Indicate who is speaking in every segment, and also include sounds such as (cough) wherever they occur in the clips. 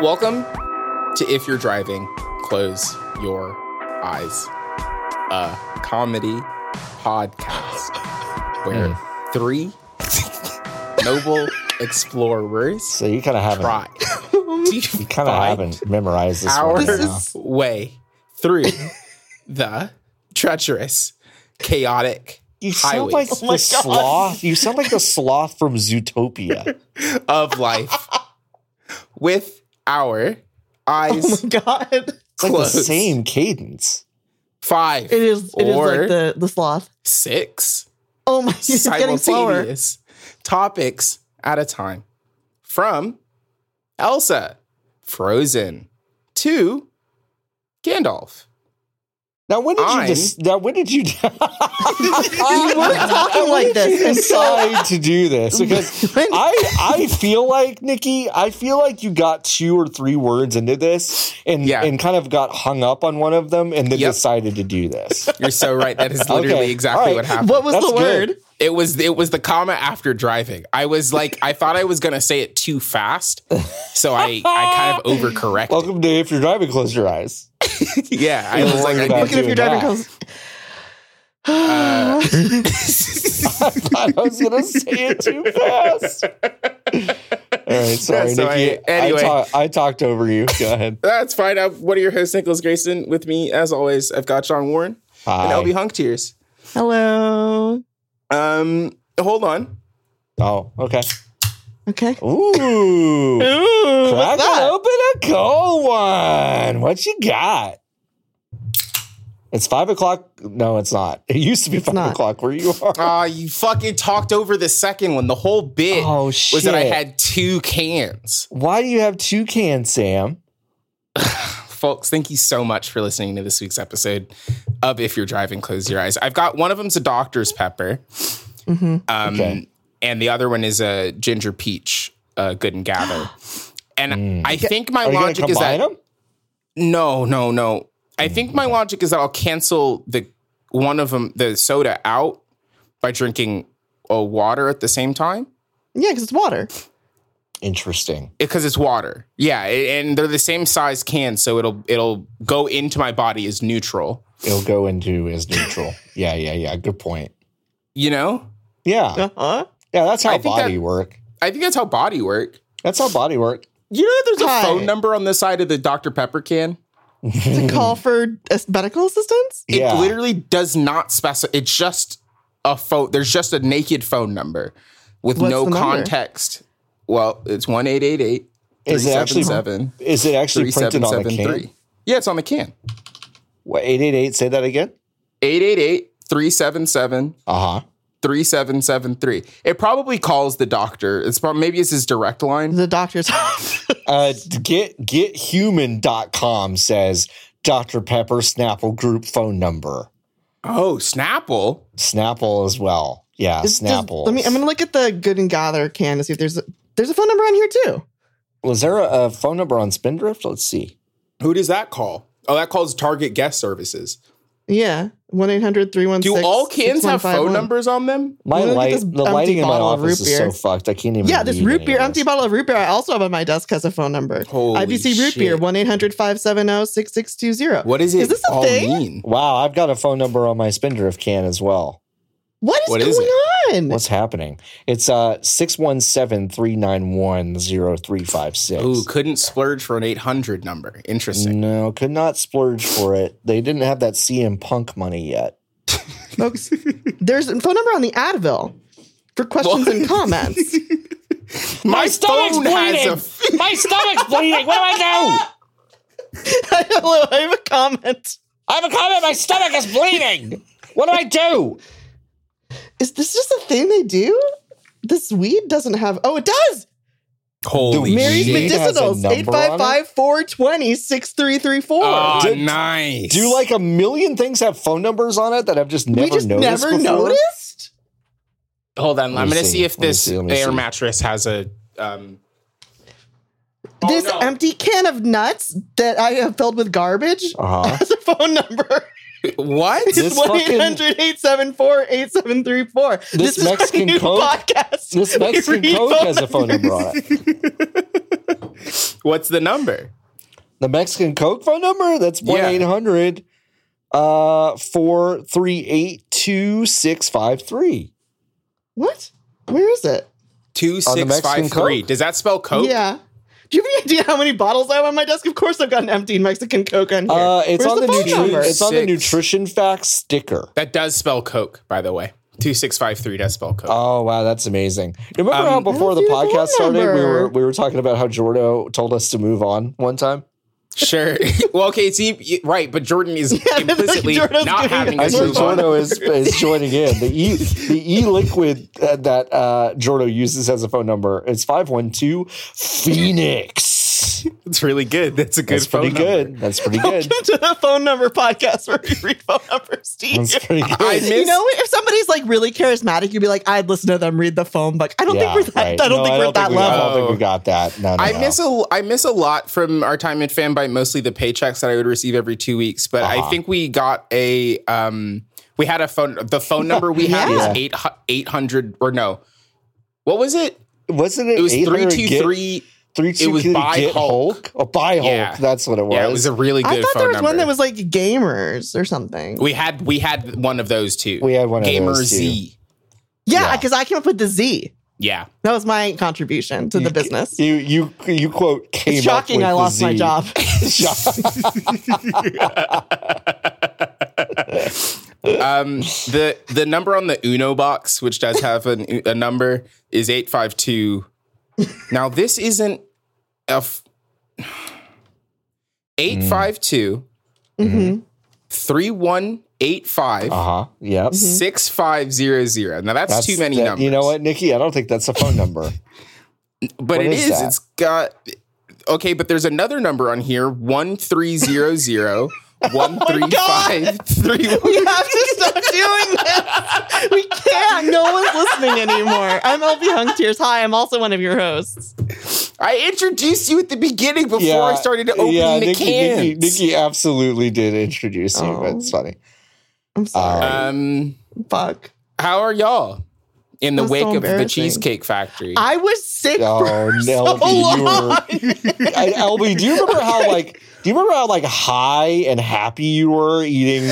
Speaker 1: welcome to If You're Driving, Close Your Eyes, a comedy podcast where
Speaker 2: Hmm.
Speaker 1: three (laughs) noble explorers
Speaker 2: So you kind of haven't
Speaker 1: try
Speaker 2: you
Speaker 1: to
Speaker 2: kind of
Speaker 1: find
Speaker 2: haven't memorized this
Speaker 1: our
Speaker 2: one. right now.
Speaker 1: way
Speaker 2: (laughs)
Speaker 1: through the treacherous, chaotic (laughs)
Speaker 2: You sound
Speaker 1: highways
Speaker 2: like the sloth. You sound like the sloth from Zootopia.
Speaker 1: of
Speaker 2: (laughs)
Speaker 1: life with our
Speaker 2: Oh
Speaker 1: eyes
Speaker 3: Oh God.
Speaker 2: It's like
Speaker 1: closed.
Speaker 2: the same cadence.
Speaker 1: Five,
Speaker 3: It is it is
Speaker 1: Or-
Speaker 3: like the, the sloth.
Speaker 1: six,
Speaker 3: Oh my (laughs) it's getting slower.
Speaker 1: simultaneous topics at a time. From Elsa, Frozen, to Gandalf.
Speaker 2: Now when did
Speaker 1: I'm-
Speaker 2: you just? Now when did you?
Speaker 1: (laughs)
Speaker 3: You were talking like this. And so
Speaker 2: (laughs) decide to do this because I I feel like Nikki, I feel like you got two or three words into this and
Speaker 1: Yeah.
Speaker 2: and kind of got hung up on one of them and then
Speaker 1: Yep.
Speaker 2: decided to do this.
Speaker 1: You're so right. That
Speaker 2: (laughs)
Speaker 1: is literally
Speaker 2: Okay.
Speaker 1: exactly
Speaker 2: All right.
Speaker 1: what happened.
Speaker 3: what was
Speaker 2: That's
Speaker 3: the word?
Speaker 2: good.
Speaker 1: It was it was the comma after driving. I was like, I thought I was gonna say it too fast, so I I kind of overcorrected.
Speaker 2: Welcome to if you're driving, close your eyes.
Speaker 1: yeah, I was
Speaker 2: Don't
Speaker 1: like,
Speaker 2: worry
Speaker 1: I
Speaker 2: about
Speaker 1: did (laughs)
Speaker 3: Look at if your
Speaker 2: doing
Speaker 3: driver
Speaker 2: that.
Speaker 3: goes.
Speaker 1: Uh,
Speaker 2: (laughs) I thought I was gonna say it too fast. All right, sorry,
Speaker 1: That's all
Speaker 2: Nikki.
Speaker 1: right. Anyway.
Speaker 2: I, talk, I talked over you. Go ahead.
Speaker 1: That's fine. I'm one of your hosts, Nicholas Grayson. With me, as always, I've got John Warren (laughs) and
Speaker 2: Hi.
Speaker 1: LB Hunk Tears.
Speaker 3: Hello.
Speaker 1: Um, hold on.
Speaker 2: oh, okay.
Speaker 3: Okay.
Speaker 2: Ooh,
Speaker 3: Ooh,
Speaker 2: crack
Speaker 3: what's
Speaker 2: it
Speaker 3: that?
Speaker 2: open a cold one. What you got? It's five o'clock. No, it's not. It used to be five
Speaker 3: not.
Speaker 2: o'clock where you
Speaker 1: (laughs)
Speaker 2: are.
Speaker 1: Ah, you fucking talked over the second one. The whole bit
Speaker 2: Oh,
Speaker 1: was that I
Speaker 2: shit.
Speaker 1: had two cans.
Speaker 2: Why do you have two cans, Sam?
Speaker 1: Folks, thank you so much for listening to this week's episode of If You're Driving, Close Your Eyes. I've got one of them's a doctor's pepper, um,
Speaker 2: Okay.
Speaker 1: and the other one is a ginger peach, uh, good and
Speaker 2: (gasps)
Speaker 1: gather. And I think my
Speaker 2: Are Mm. you going to
Speaker 1: logic is
Speaker 2: combine Mm,
Speaker 1: that
Speaker 2: them?
Speaker 1: No, no, no. I think my logic is that I'll cancel the one of them, the soda out by drinking uh, water at the same time
Speaker 3: Yeah, because it's water.
Speaker 2: Interesting.
Speaker 1: because it's water. Yeah, a- and they're the same size can, so it'll it'll go into my body as neutral.
Speaker 2: It'll go into
Speaker 1: (laughs)
Speaker 2: as neutral. yeah, yeah, yeah. Good point.
Speaker 1: You know,
Speaker 2: Yeah,
Speaker 3: Uh-huh.
Speaker 2: yeah. That's
Speaker 1: I
Speaker 2: how
Speaker 1: think
Speaker 2: body
Speaker 1: that-
Speaker 2: work.
Speaker 1: I think that's how body work.
Speaker 2: That's how body work.
Speaker 1: You know, that there's a
Speaker 3: Hi.
Speaker 1: phone number on the side of the Dr Pepper can.
Speaker 3: It's a call for uh, medical assistance?
Speaker 1: It
Speaker 2: Yeah.
Speaker 1: literally does not specify. It's just a phone. There's just a naked phone number with
Speaker 3: What's
Speaker 1: no
Speaker 3: the number?
Speaker 1: context. Well, it's one eight eight eight.
Speaker 2: Is it actually- Is it actually printed on the can?
Speaker 1: 3773. Yeah, it's on the can.
Speaker 2: What eight eight eight? Say that again.
Speaker 1: 888 377
Speaker 3: Uh-huh.
Speaker 2: Uh huh.
Speaker 1: 3773. It probably calls the doctor. It's probably, maybe it's his direct line.
Speaker 3: The doctor's (laughs) office.
Speaker 2: Uh, get gethuman.com says Dr. Pepper Snapple group phone number.
Speaker 1: Oh, Snapple.
Speaker 2: Snapple as well. Yeah,
Speaker 3: Is- does-
Speaker 2: Snapple.
Speaker 3: Let me I'm gonna look at the good and gather can to see if there's a there's a phone number on here too.
Speaker 2: Was there a, a phone number on Spindrift? Let's see.
Speaker 1: Who does that call? Oh, that calls Target Guest Services.
Speaker 3: Yeah. 1 800
Speaker 1: Do all cans have phone numbers on them?
Speaker 2: My
Speaker 3: Look at
Speaker 2: light,
Speaker 3: this
Speaker 2: the
Speaker 3: empty
Speaker 2: lighting in my
Speaker 3: bottle of
Speaker 2: office
Speaker 3: root
Speaker 2: is
Speaker 3: beer.
Speaker 2: so fucked. I can't even.
Speaker 3: Yeah, this
Speaker 2: read
Speaker 3: root
Speaker 2: any
Speaker 3: beer,
Speaker 2: of
Speaker 3: empty
Speaker 2: this.
Speaker 3: bottle of root beer, I also have on my desk has a phone number.
Speaker 1: Holy
Speaker 3: IBC root beer,
Speaker 1: shit.
Speaker 3: 1 800 570 6620.
Speaker 1: What does it
Speaker 3: Is this a
Speaker 1: all
Speaker 3: thing?
Speaker 1: mean?
Speaker 2: Wow, I've got a phone number on my Spindrift can as well.
Speaker 3: What is
Speaker 1: What
Speaker 3: going
Speaker 1: is
Speaker 3: on?
Speaker 2: What's happening? It's uh six one seven three nine one zero three five
Speaker 1: Ooh,
Speaker 2: six.
Speaker 1: couldn't splurge for an 800 number. Interesting.
Speaker 2: No, could not splurge for it. They didn't have that CM Punk money yet.
Speaker 3: Folks, there's a phone number on the Advil for questions and comments.
Speaker 2: (laughs)
Speaker 3: (laughs)
Speaker 1: My,
Speaker 2: stomach's bleeding. My stomach's bleeding. What do I do?
Speaker 3: Hello, I have a comment.
Speaker 2: I have a comment. My stomach is bleeding. What do I do?
Speaker 3: Is this just a thing they do? This weed doesn't have. Oh, it does.
Speaker 1: Holy
Speaker 3: Mary's
Speaker 2: Weed
Speaker 1: shit.
Speaker 2: Medi- has a
Speaker 3: Medicinals,
Speaker 2: number on it?
Speaker 3: 855 420 6334.
Speaker 1: Oh,
Speaker 2: Do-
Speaker 1: nice.
Speaker 2: Do like a million things have phone numbers on it that I've just never
Speaker 3: We just
Speaker 2: noticed?
Speaker 3: never
Speaker 2: before?
Speaker 3: noticed?
Speaker 1: Hold on,
Speaker 2: Let
Speaker 1: I'm
Speaker 2: me
Speaker 1: gonna
Speaker 2: see.
Speaker 1: see if
Speaker 2: Let me
Speaker 1: this
Speaker 2: see, let me
Speaker 1: air
Speaker 2: see.
Speaker 1: mattress has a. Um, Oh,
Speaker 3: this
Speaker 1: no.
Speaker 3: empty can of nuts that I have filled with garbage (laughs)
Speaker 2: Uh-huh.
Speaker 3: has a phone number.
Speaker 1: what?
Speaker 2: This
Speaker 3: It's 1 800 874 8734.
Speaker 2: This
Speaker 3: This is our
Speaker 2: Mexican
Speaker 3: new
Speaker 2: Coke-
Speaker 3: podcast.
Speaker 2: This
Speaker 3: (laughs) We
Speaker 2: Mexican
Speaker 3: read
Speaker 2: Coke
Speaker 3: phone
Speaker 2: has a phone number on it.
Speaker 1: What's the number?
Speaker 2: The Mexican Coke phone number? That's
Speaker 1: Yeah.
Speaker 2: 1 800 uh, 438 2653.
Speaker 3: What? Where is it?
Speaker 2: the Mexican
Speaker 1: 2653.
Speaker 2: Coke?
Speaker 1: Does that spell Coke?
Speaker 3: Yeah. Do you have any idea how many bottles I have on my desk? Of course, I've got an empty Mexican Coke on here.
Speaker 2: Uh, it's, on
Speaker 3: Where's
Speaker 2: the
Speaker 3: phone number?
Speaker 2: nutri-
Speaker 3: (laughs)
Speaker 2: it's on the
Speaker 1: Six.
Speaker 2: nutrition facts sticker.
Speaker 1: That does spell Coke, by the way. 2653 does spell Coke.
Speaker 2: Oh wow, that's amazing!
Speaker 1: Um,
Speaker 2: Remember how before the
Speaker 3: That's your phone
Speaker 2: podcast started, we
Speaker 3: number.
Speaker 2: were we were talking about how Jordo told us to move on one time.
Speaker 1: Sure. (laughs) well, okay, see, y- right, but Jordan is
Speaker 3: like
Speaker 1: implicitly
Speaker 3: Jordan's
Speaker 1: not
Speaker 3: giving
Speaker 1: having
Speaker 3: us
Speaker 1: us
Speaker 2: Actually,
Speaker 1: move on.
Speaker 2: Jordo is, is joining in. The e the e liquid uh, that uh, Jordo uses as a phone number is five one two Phoenix.
Speaker 1: It's really good. That's a good
Speaker 2: That's pretty
Speaker 1: phone number.
Speaker 2: good. That's
Speaker 1: (laughs)
Speaker 2: pretty good.
Speaker 3: Welcome to the phone number podcast where we read phone numbers, Steve.
Speaker 2: That's
Speaker 3: (laughs)
Speaker 2: pretty good.
Speaker 1: I miss
Speaker 3: you know, if somebody's like really charismatic, you'd be like, I'd listen to them read the phone book. I don't
Speaker 2: Yeah,
Speaker 3: think we're that.
Speaker 2: right.
Speaker 3: I don't
Speaker 2: No,
Speaker 3: think we're at that
Speaker 2: we- I
Speaker 3: level.
Speaker 2: don't think we got that. No, no,
Speaker 1: I
Speaker 2: no.
Speaker 1: miss a I miss a lot from our time at Fanbyte, mostly the paychecks that I would receive every two weeks. But I think we got a um we had a phone the phone number we had was
Speaker 3: Yeah.
Speaker 1: eight eight hundred or no. What was it?
Speaker 2: Wasn't it?
Speaker 1: It was
Speaker 2: 800
Speaker 1: three two
Speaker 2: get-
Speaker 1: three.
Speaker 2: three two.
Speaker 1: it was
Speaker 2: get
Speaker 1: by
Speaker 2: Hulk.
Speaker 1: Hulk.
Speaker 2: Oh, by Hulk.
Speaker 1: Yeah.
Speaker 2: That's what it was.
Speaker 1: Yeah, it was a really good
Speaker 3: I thought
Speaker 1: phone
Speaker 3: there was
Speaker 1: number.
Speaker 3: one that was like gamers or something.
Speaker 1: we had we had one of those too.
Speaker 2: We had one of
Speaker 1: Gamer
Speaker 2: those, too.
Speaker 1: Z.
Speaker 3: yeah,
Speaker 2: yeah.
Speaker 3: because I came up with the Z.
Speaker 1: Yeah.
Speaker 3: That was my contribution to the business.
Speaker 2: You you you quote came
Speaker 3: It's
Speaker 2: up
Speaker 3: shocking
Speaker 2: with
Speaker 3: I
Speaker 2: the
Speaker 3: lost my
Speaker 2: Z. (laughs)
Speaker 3: job. (laughs)
Speaker 1: Um, the the number on the Uno box, which does have an, a number, is eight five two. Now this isn't a f- eight five two
Speaker 3: Mhm.
Speaker 1: three one eight five
Speaker 2: Uh huh. Yep.
Speaker 3: Mm-hmm.
Speaker 1: six five zero zero. Now that's,
Speaker 2: That's-
Speaker 1: too many
Speaker 2: that-
Speaker 1: numbers.
Speaker 2: You know what, Nikki? I don't think that's a phone
Speaker 3: (laughs)
Speaker 2: number.
Speaker 1: But
Speaker 2: What
Speaker 1: it
Speaker 2: is
Speaker 1: is.
Speaker 2: that?
Speaker 1: It's got okay. But there's another number on here one three zero
Speaker 2: (laughs)
Speaker 1: zero
Speaker 2: Oh
Speaker 1: one three five three one.
Speaker 3: We have to stop doing this. We can't. No one's listening anymore. I'm LB Hung Tears. Hi, I'm also one of your hosts.
Speaker 1: I introduced you at the beginning before I started opening the
Speaker 2: Nikki,
Speaker 1: cans.
Speaker 2: Nikki, Nikki absolutely did introduce you, but
Speaker 3: Oh.
Speaker 2: it's funny. Uh,
Speaker 3: I'm sorry.
Speaker 1: Um,
Speaker 3: Fuck.
Speaker 1: how are y'all in the
Speaker 3: That's so
Speaker 1: wake of the
Speaker 3: embarrassing.
Speaker 1: Cheesecake Factory?
Speaker 3: I
Speaker 2: (laughs)
Speaker 3: was sick
Speaker 2: Oh,
Speaker 3: for
Speaker 2: no,
Speaker 3: so (laughs)
Speaker 2: you were- (laughs)
Speaker 3: long.
Speaker 2: I, LB, do you remember
Speaker 3: (laughs)
Speaker 2: how like do you remember how like high and happy you were eating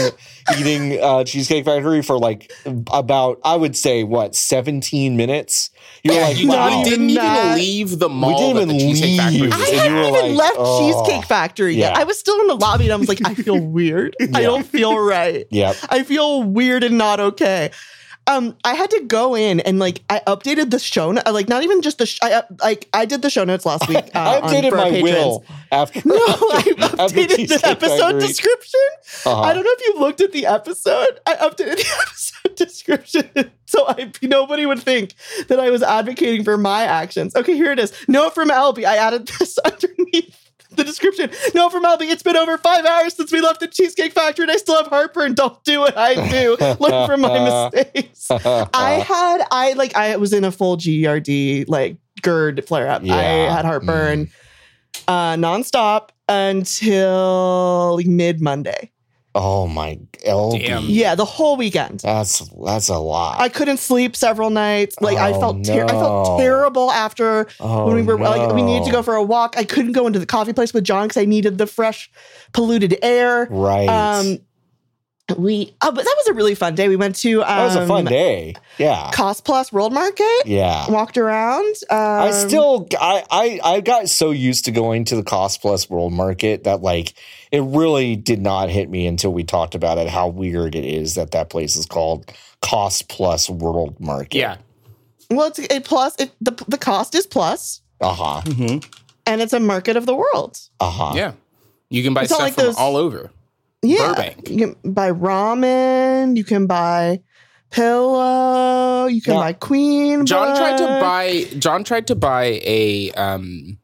Speaker 2: eating uh, Cheesecake Factory for like about I would say what seventeen minutes? You were
Speaker 1: (laughs)
Speaker 2: like,
Speaker 1: you
Speaker 2: wow.
Speaker 1: we didn't even
Speaker 3: Not-
Speaker 1: leave the mall
Speaker 2: didn't
Speaker 1: that the
Speaker 2: even
Speaker 1: Cheesecake Factory
Speaker 2: leave.
Speaker 1: was
Speaker 3: I
Speaker 1: in.
Speaker 2: And you
Speaker 3: hadn't
Speaker 2: were
Speaker 3: even
Speaker 2: like,
Speaker 3: left
Speaker 2: "Oh."
Speaker 3: Cheesecake Factory yet.
Speaker 2: Yeah.
Speaker 3: I was still in the lobby and I was like, I feel weird. I
Speaker 2: Yeah.
Speaker 3: don't feel right.
Speaker 2: (laughs) Yep.
Speaker 3: I feel weird and not okay. Um, I had to go in and like I updated the show, no- like not even just the sh- I up- like I did the show notes last week. Uh,
Speaker 2: (laughs) I updated
Speaker 3: on, for our
Speaker 2: my
Speaker 3: patrons.
Speaker 2: will after. (laughs)
Speaker 3: No, I
Speaker 2: after
Speaker 3: updated
Speaker 2: Cheesecake
Speaker 3: the episode
Speaker 2: Factory.
Speaker 3: description.
Speaker 2: Uh-huh.
Speaker 3: I don't know if you looked at the episode. I updated the (laughs) episode description (laughs) so I nobody would think that I was advocating for my actions. Okay, here it is. Note from Albie. I added this (laughs) underneath the description. Note from Albie. It's been over five hours since we left the Cheesecake Factory, and I still have heartburn. Don't do what I do. Learn from my mistakes.
Speaker 2: Uh-huh.
Speaker 3: I had I like I was in a full GERD like GERD flare up. I
Speaker 2: Yeah.
Speaker 3: had heartburn uh nonstop until mid Monday.
Speaker 2: (laughs) Oh my LB.
Speaker 1: Damn.
Speaker 3: Yeah, the whole weekend.
Speaker 2: That's that's a lot.
Speaker 3: I couldn't sleep several nights. Like I
Speaker 2: Oh,
Speaker 3: felt ter- I
Speaker 2: no.
Speaker 3: felt terrible after
Speaker 2: Oh,
Speaker 3: when we were like we needed to
Speaker 2: no.
Speaker 3: go for a walk. I couldn't go into the coffee place with John because I needed the fresh, polluted air.
Speaker 2: right.
Speaker 3: Um, we oh, but that was a really fun day. We went to um,
Speaker 2: that was a fun day. Yeah.
Speaker 3: Cost Plus World Market.
Speaker 2: Yeah.
Speaker 3: Walked around. Um,
Speaker 2: I still I, I I got so used to going to the cost plus world market that like it really did not hit me until we talked about it how weird it is that that place is called cost plus world market.
Speaker 1: Yeah.
Speaker 3: well, it's a plus. It, the the cost is plus,
Speaker 2: Uh-huh.
Speaker 3: and it's a market of the world.
Speaker 2: Uh-huh. (laughs)
Speaker 1: Yeah. You can buy
Speaker 3: It's not
Speaker 1: stuff
Speaker 3: like
Speaker 1: from
Speaker 3: those-
Speaker 1: all over.
Speaker 3: Yeah.
Speaker 1: Burbank.
Speaker 3: You can buy ramen. You can buy pillow. You can
Speaker 2: Yeah.
Speaker 3: buy queen.
Speaker 1: John tried to
Speaker 3: bud.
Speaker 1: buy John tried to buy a um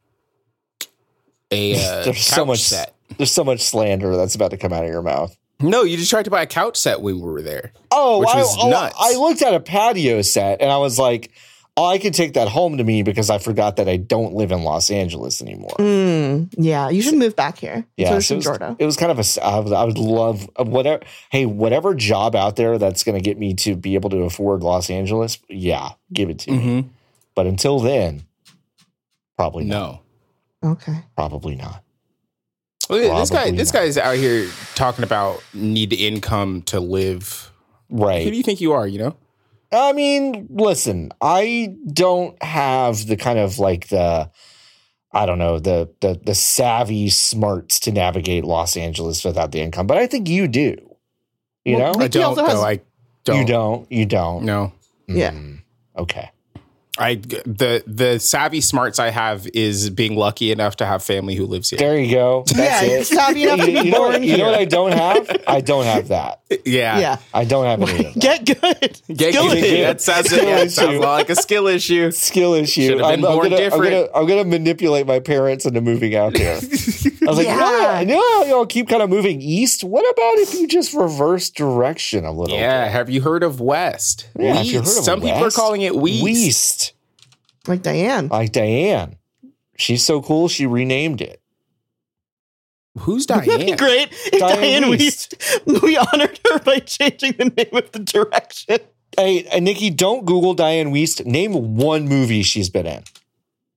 Speaker 1: a uh, couch
Speaker 2: (laughs) There's so much
Speaker 1: set.
Speaker 2: there's so much slander that's about to come out of your mouth.
Speaker 1: No, you just tried to buy a couch set when we were there.
Speaker 2: Oh,
Speaker 1: Which
Speaker 2: I,
Speaker 1: was
Speaker 2: oh,
Speaker 1: nuts.
Speaker 2: I looked at a patio set and I was like, oh, I could take that home to me because I forgot that I don't live in Los Angeles anymore.
Speaker 3: Mm, yeah, you should move back here.
Speaker 2: Yeah, so
Speaker 3: Yeah, so
Speaker 2: it,
Speaker 3: does
Speaker 2: was,
Speaker 3: Jordan.
Speaker 2: it was kind of a. s- I would, I would love uh, whatever. Hey, whatever job out there that's going to get me to be able to afford Los Angeles, yeah, give it to me.
Speaker 1: Mm-hmm.
Speaker 2: But until then, probably not.
Speaker 1: No.
Speaker 3: Okay.
Speaker 2: Probably not.
Speaker 1: Look at this guy,
Speaker 2: Probably
Speaker 1: this
Speaker 2: not.
Speaker 1: guy's out here talking about need income to live. Who do
Speaker 2: Right.
Speaker 1: you think you are? You know,
Speaker 2: I mean, listen, I don't have the kind of like the I don't know, the the the savvy smarts to navigate Los Angeles without the income, but I think you do. You
Speaker 3: Well,
Speaker 2: know?
Speaker 1: I
Speaker 3: Like, he
Speaker 1: don't.
Speaker 3: also has-
Speaker 1: though. I don't.
Speaker 2: You don't. You don't.
Speaker 1: No,
Speaker 3: Yeah.
Speaker 2: Mm, okay.
Speaker 1: I the the savvy smarts I have is being lucky enough to have family who lives here.
Speaker 2: There you go. That's
Speaker 3: yeah,
Speaker 2: it.
Speaker 3: savvy enough to
Speaker 2: you,
Speaker 3: be
Speaker 2: you know
Speaker 3: born
Speaker 2: what, you know what I
Speaker 3: here.
Speaker 2: don't (laughs) have? I don't have that.
Speaker 1: Yeah,
Speaker 3: Yeah.
Speaker 2: I don't have any of that.
Speaker 3: Get good.
Speaker 1: Get,
Speaker 3: Skill
Speaker 1: get-
Speaker 2: issue.
Speaker 1: that sounds,
Speaker 2: Skill
Speaker 1: yeah,
Speaker 2: issue.
Speaker 1: sounds like a skill
Speaker 2: (laughs)
Speaker 1: issue.
Speaker 2: (laughs) Skill issue.
Speaker 1: Should have been
Speaker 2: I'm, I'm
Speaker 1: born
Speaker 2: gonna, I'm
Speaker 1: different.
Speaker 2: gonna- I'm gonna manipulate my parents into moving out (laughs) there. I was like,
Speaker 3: Yeah.
Speaker 2: yeah, no, y'all keep kind of moving east. What about if you just reverse direction a little?
Speaker 1: Yeah, have you heard of West?
Speaker 2: bit? Yeah, have you
Speaker 1: Weast.
Speaker 2: heard of
Speaker 1: Some people are
Speaker 2: West?
Speaker 1: calling it Weast.
Speaker 2: Weast.
Speaker 3: Like Diane.
Speaker 2: Like Diane. She's so cool, she renamed it.
Speaker 1: Who's
Speaker 3: (laughs) That'd be
Speaker 1: Diane?
Speaker 3: great if
Speaker 2: Diane
Speaker 3: Diane, Weist. we honored her by changing the name of the direction.
Speaker 2: Hey, uh, Nikki, don't Google Diane Weist. Name one movie she's been in.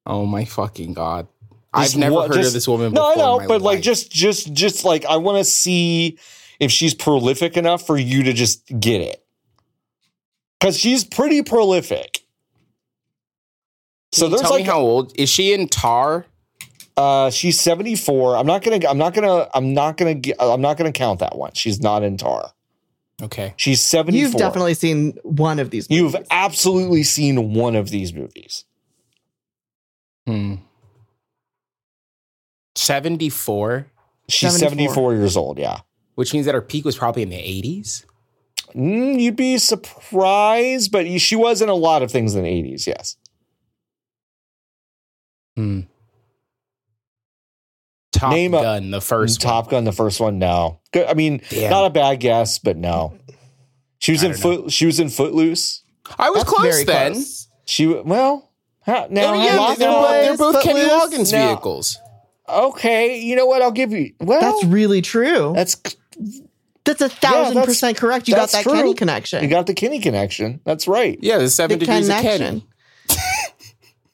Speaker 1: Oh my fucking god!
Speaker 2: Just
Speaker 1: I've never
Speaker 2: what-
Speaker 1: heard
Speaker 2: just-
Speaker 1: of this woman. Before
Speaker 2: No, I know,
Speaker 1: in my
Speaker 2: but like,
Speaker 1: life.
Speaker 2: just, just, just like, I want to see if she's prolific enough for you to just get it, because she's pretty prolific.
Speaker 1: Can
Speaker 2: So
Speaker 1: you
Speaker 2: there's
Speaker 1: tell
Speaker 2: like,
Speaker 1: me how old is she in Tar?
Speaker 2: uh, she's 74. I'm not gonna, I'm not gonna, I'm not gonna, gi- I'm not gonna count that one. She's not in Tar.
Speaker 1: Okay,
Speaker 2: She's 74.
Speaker 3: You've definitely seen one of these.
Speaker 2: You've
Speaker 3: movies.
Speaker 2: absolutely seen one of these movies.
Speaker 1: hmm. seventy-four,
Speaker 2: She's 74,
Speaker 3: 74.
Speaker 2: years old. Yeah.
Speaker 1: which means that her peak was probably in the eighties.
Speaker 2: Mm, you'd be surprised, but she was in a lot of things in the 80s. Yes.
Speaker 1: Hmm. Top
Speaker 2: Name a-
Speaker 1: Gun, the first one.
Speaker 2: Top Gun, the first one. No, Good- I mean,
Speaker 1: Damn.
Speaker 2: not a bad guess, but no. She was
Speaker 1: I
Speaker 2: in
Speaker 1: don't know.
Speaker 2: foot. She was in Footloose.
Speaker 1: I was
Speaker 3: That's
Speaker 1: close
Speaker 3: very
Speaker 1: then.
Speaker 3: close.
Speaker 2: She well. Huh, now,
Speaker 1: And again,
Speaker 2: now-
Speaker 1: they're, both- they're both Kenny Loggins
Speaker 3: Footloose.
Speaker 2: No.
Speaker 1: vehicles.
Speaker 2: okay. You know what? I'll give you. Well,
Speaker 3: That's
Speaker 2: that's
Speaker 3: really true.
Speaker 2: that's
Speaker 3: That's a thousand
Speaker 2: that's-
Speaker 3: percent correct. You got
Speaker 2: that's
Speaker 3: that
Speaker 2: true.
Speaker 3: Kenny
Speaker 2: you
Speaker 3: connection.
Speaker 2: got the Kenny connection. That's right.
Speaker 1: Yeah, the seven
Speaker 3: the
Speaker 1: degrees of Kenny.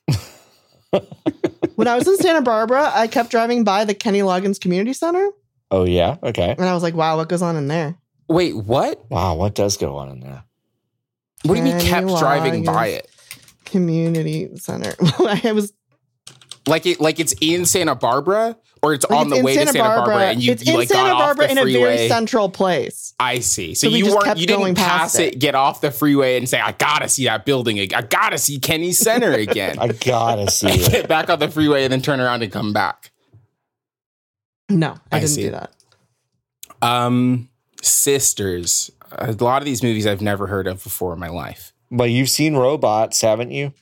Speaker 3: connection. (laughs) when I was in Santa Barbara, I kept driving by the Kenny Loggins Community Center,
Speaker 2: Oh yeah. Okay.
Speaker 3: and I was like, "Wow, what goes on in there?"
Speaker 1: Wait, what?
Speaker 2: Wow. What does go on in there?
Speaker 1: What do you mean
Speaker 3: Kenny
Speaker 1: kept driving
Speaker 3: Loggins.
Speaker 1: by it?
Speaker 3: Community Center. (laughs) I was
Speaker 1: Like it, like it's in Santa Barbara, or it's
Speaker 3: like,
Speaker 1: on
Speaker 3: it's
Speaker 1: the
Speaker 3: in
Speaker 1: way to Santa Barbara, and you,
Speaker 3: it's
Speaker 1: you
Speaker 3: in
Speaker 1: like
Speaker 3: Santa
Speaker 1: got
Speaker 3: Barbara
Speaker 1: off the
Speaker 3: in a very
Speaker 1: freeway.
Speaker 3: central place.
Speaker 1: I see. So,
Speaker 3: So we
Speaker 1: you
Speaker 3: just
Speaker 1: weren't,
Speaker 3: kept
Speaker 1: you didn't
Speaker 3: going
Speaker 1: pass
Speaker 3: past
Speaker 1: it.
Speaker 3: it.
Speaker 1: get off the freeway, and say, "I gotta see that building again. I gotta see Kenny
Speaker 2: (laughs)
Speaker 1: Center again."
Speaker 2: I gotta
Speaker 1: (laughs)
Speaker 2: see it.
Speaker 1: get back on the freeway and then turn around and come back.
Speaker 3: No, I,
Speaker 1: I
Speaker 3: didn't
Speaker 1: see.
Speaker 3: do that.
Speaker 1: Um, sisters. uh, A lot of these movies I've never heard of before in my life.
Speaker 2: But you've seen robots, haven't you?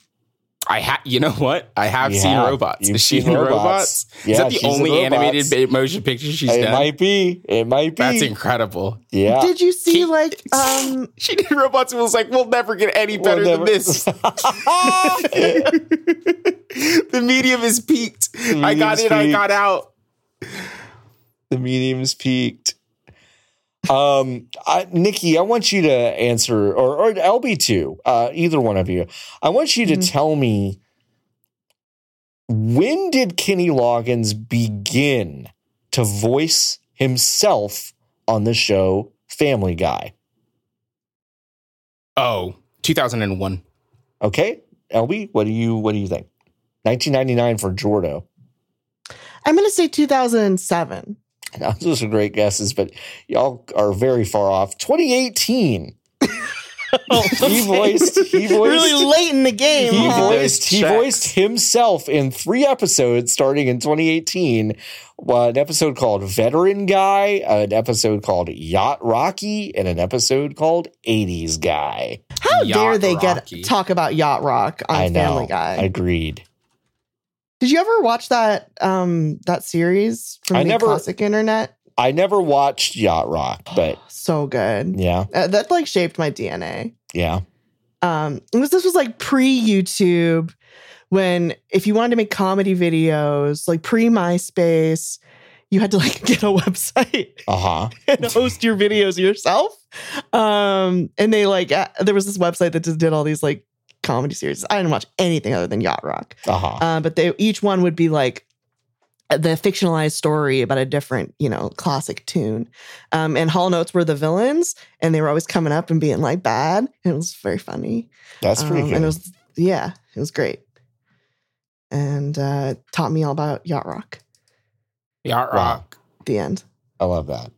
Speaker 1: I ha- you know what? I have
Speaker 2: You
Speaker 1: seen
Speaker 2: have.
Speaker 1: robots.
Speaker 2: You've
Speaker 1: is she
Speaker 2: seen
Speaker 1: in robots?
Speaker 2: robots.
Speaker 1: is
Speaker 2: Yeah,
Speaker 1: that the
Speaker 2: she's in
Speaker 1: only
Speaker 2: robots.
Speaker 1: animated ba- motion picture she's
Speaker 2: it
Speaker 1: done?
Speaker 2: might be. It might be.
Speaker 1: That's incredible.
Speaker 2: yeah.
Speaker 3: Did you see
Speaker 1: Ah. He- (laughs)
Speaker 3: like um
Speaker 1: She did robots and was like, "We'll never get any
Speaker 2: We'll
Speaker 1: better
Speaker 2: never-
Speaker 1: than
Speaker 2: (laughs)
Speaker 1: this." (laughs) the medium is peaked. I got
Speaker 2: medium's
Speaker 1: in. I
Speaker 2: peaked.
Speaker 1: got out.
Speaker 2: the medium's peaked. Um, I, Nikki, I want you to answer, or or LB two, uh, either one of you. I want you to
Speaker 3: Mhm.
Speaker 2: tell me when did Kenny Loggins begin to voice himself on the show Family Guy?
Speaker 1: Oh, 2001.
Speaker 2: Okay, LB, what do you what do you think? 1999 for Jordo. (laughs)
Speaker 3: I'm gonna say 2007.
Speaker 2: Now, those are great guesses, but y'all are very far off. 2018.
Speaker 3: Oh,
Speaker 2: He voiced. He voiced.
Speaker 3: (laughs) really late in the game.
Speaker 2: he
Speaker 3: huh?
Speaker 2: voiced he
Speaker 1: Checks.
Speaker 2: voiced himself in three episodes starting in 2018 uh, an episode called veteran guy an episode called yacht rocky and an episode called 80s guy
Speaker 3: How
Speaker 1: Yacht
Speaker 3: dare they
Speaker 1: Rocky.
Speaker 3: get talk about Yacht Rock on
Speaker 2: i know
Speaker 3: Family Guy?
Speaker 2: agreed
Speaker 3: Did you ever watch that um that series from
Speaker 2: I
Speaker 3: the
Speaker 2: never-
Speaker 3: classic internet?
Speaker 2: i never watched yacht rock but
Speaker 3: (sighs) So good.
Speaker 2: yeah
Speaker 3: Uh, that like shaped my DNA.
Speaker 2: yeah
Speaker 3: Um, it was this was like pre YouTube when if you wanted to make comedy videos, like pre MySpace, you had to like (laughs) get a website. (laughs)
Speaker 2: uh-huh
Speaker 3: and host your videos yourself. Um, and they like uh, there was this website that just did all these like comedy series. I didn't watch anything other than Yacht Rock,
Speaker 2: uh-huh
Speaker 3: um, but they each one would be like the fictionalized story about a different, you know, classic tune. Um, and Hall Notes were the villains, and they were always coming up and being like bad. And it was very funny.
Speaker 2: That's pretty
Speaker 3: Um,
Speaker 2: good.
Speaker 3: And it was yeah, it was great. And uh, taught me all about yacht rock.
Speaker 1: Yeah, rock.
Speaker 3: The end.
Speaker 2: I love that.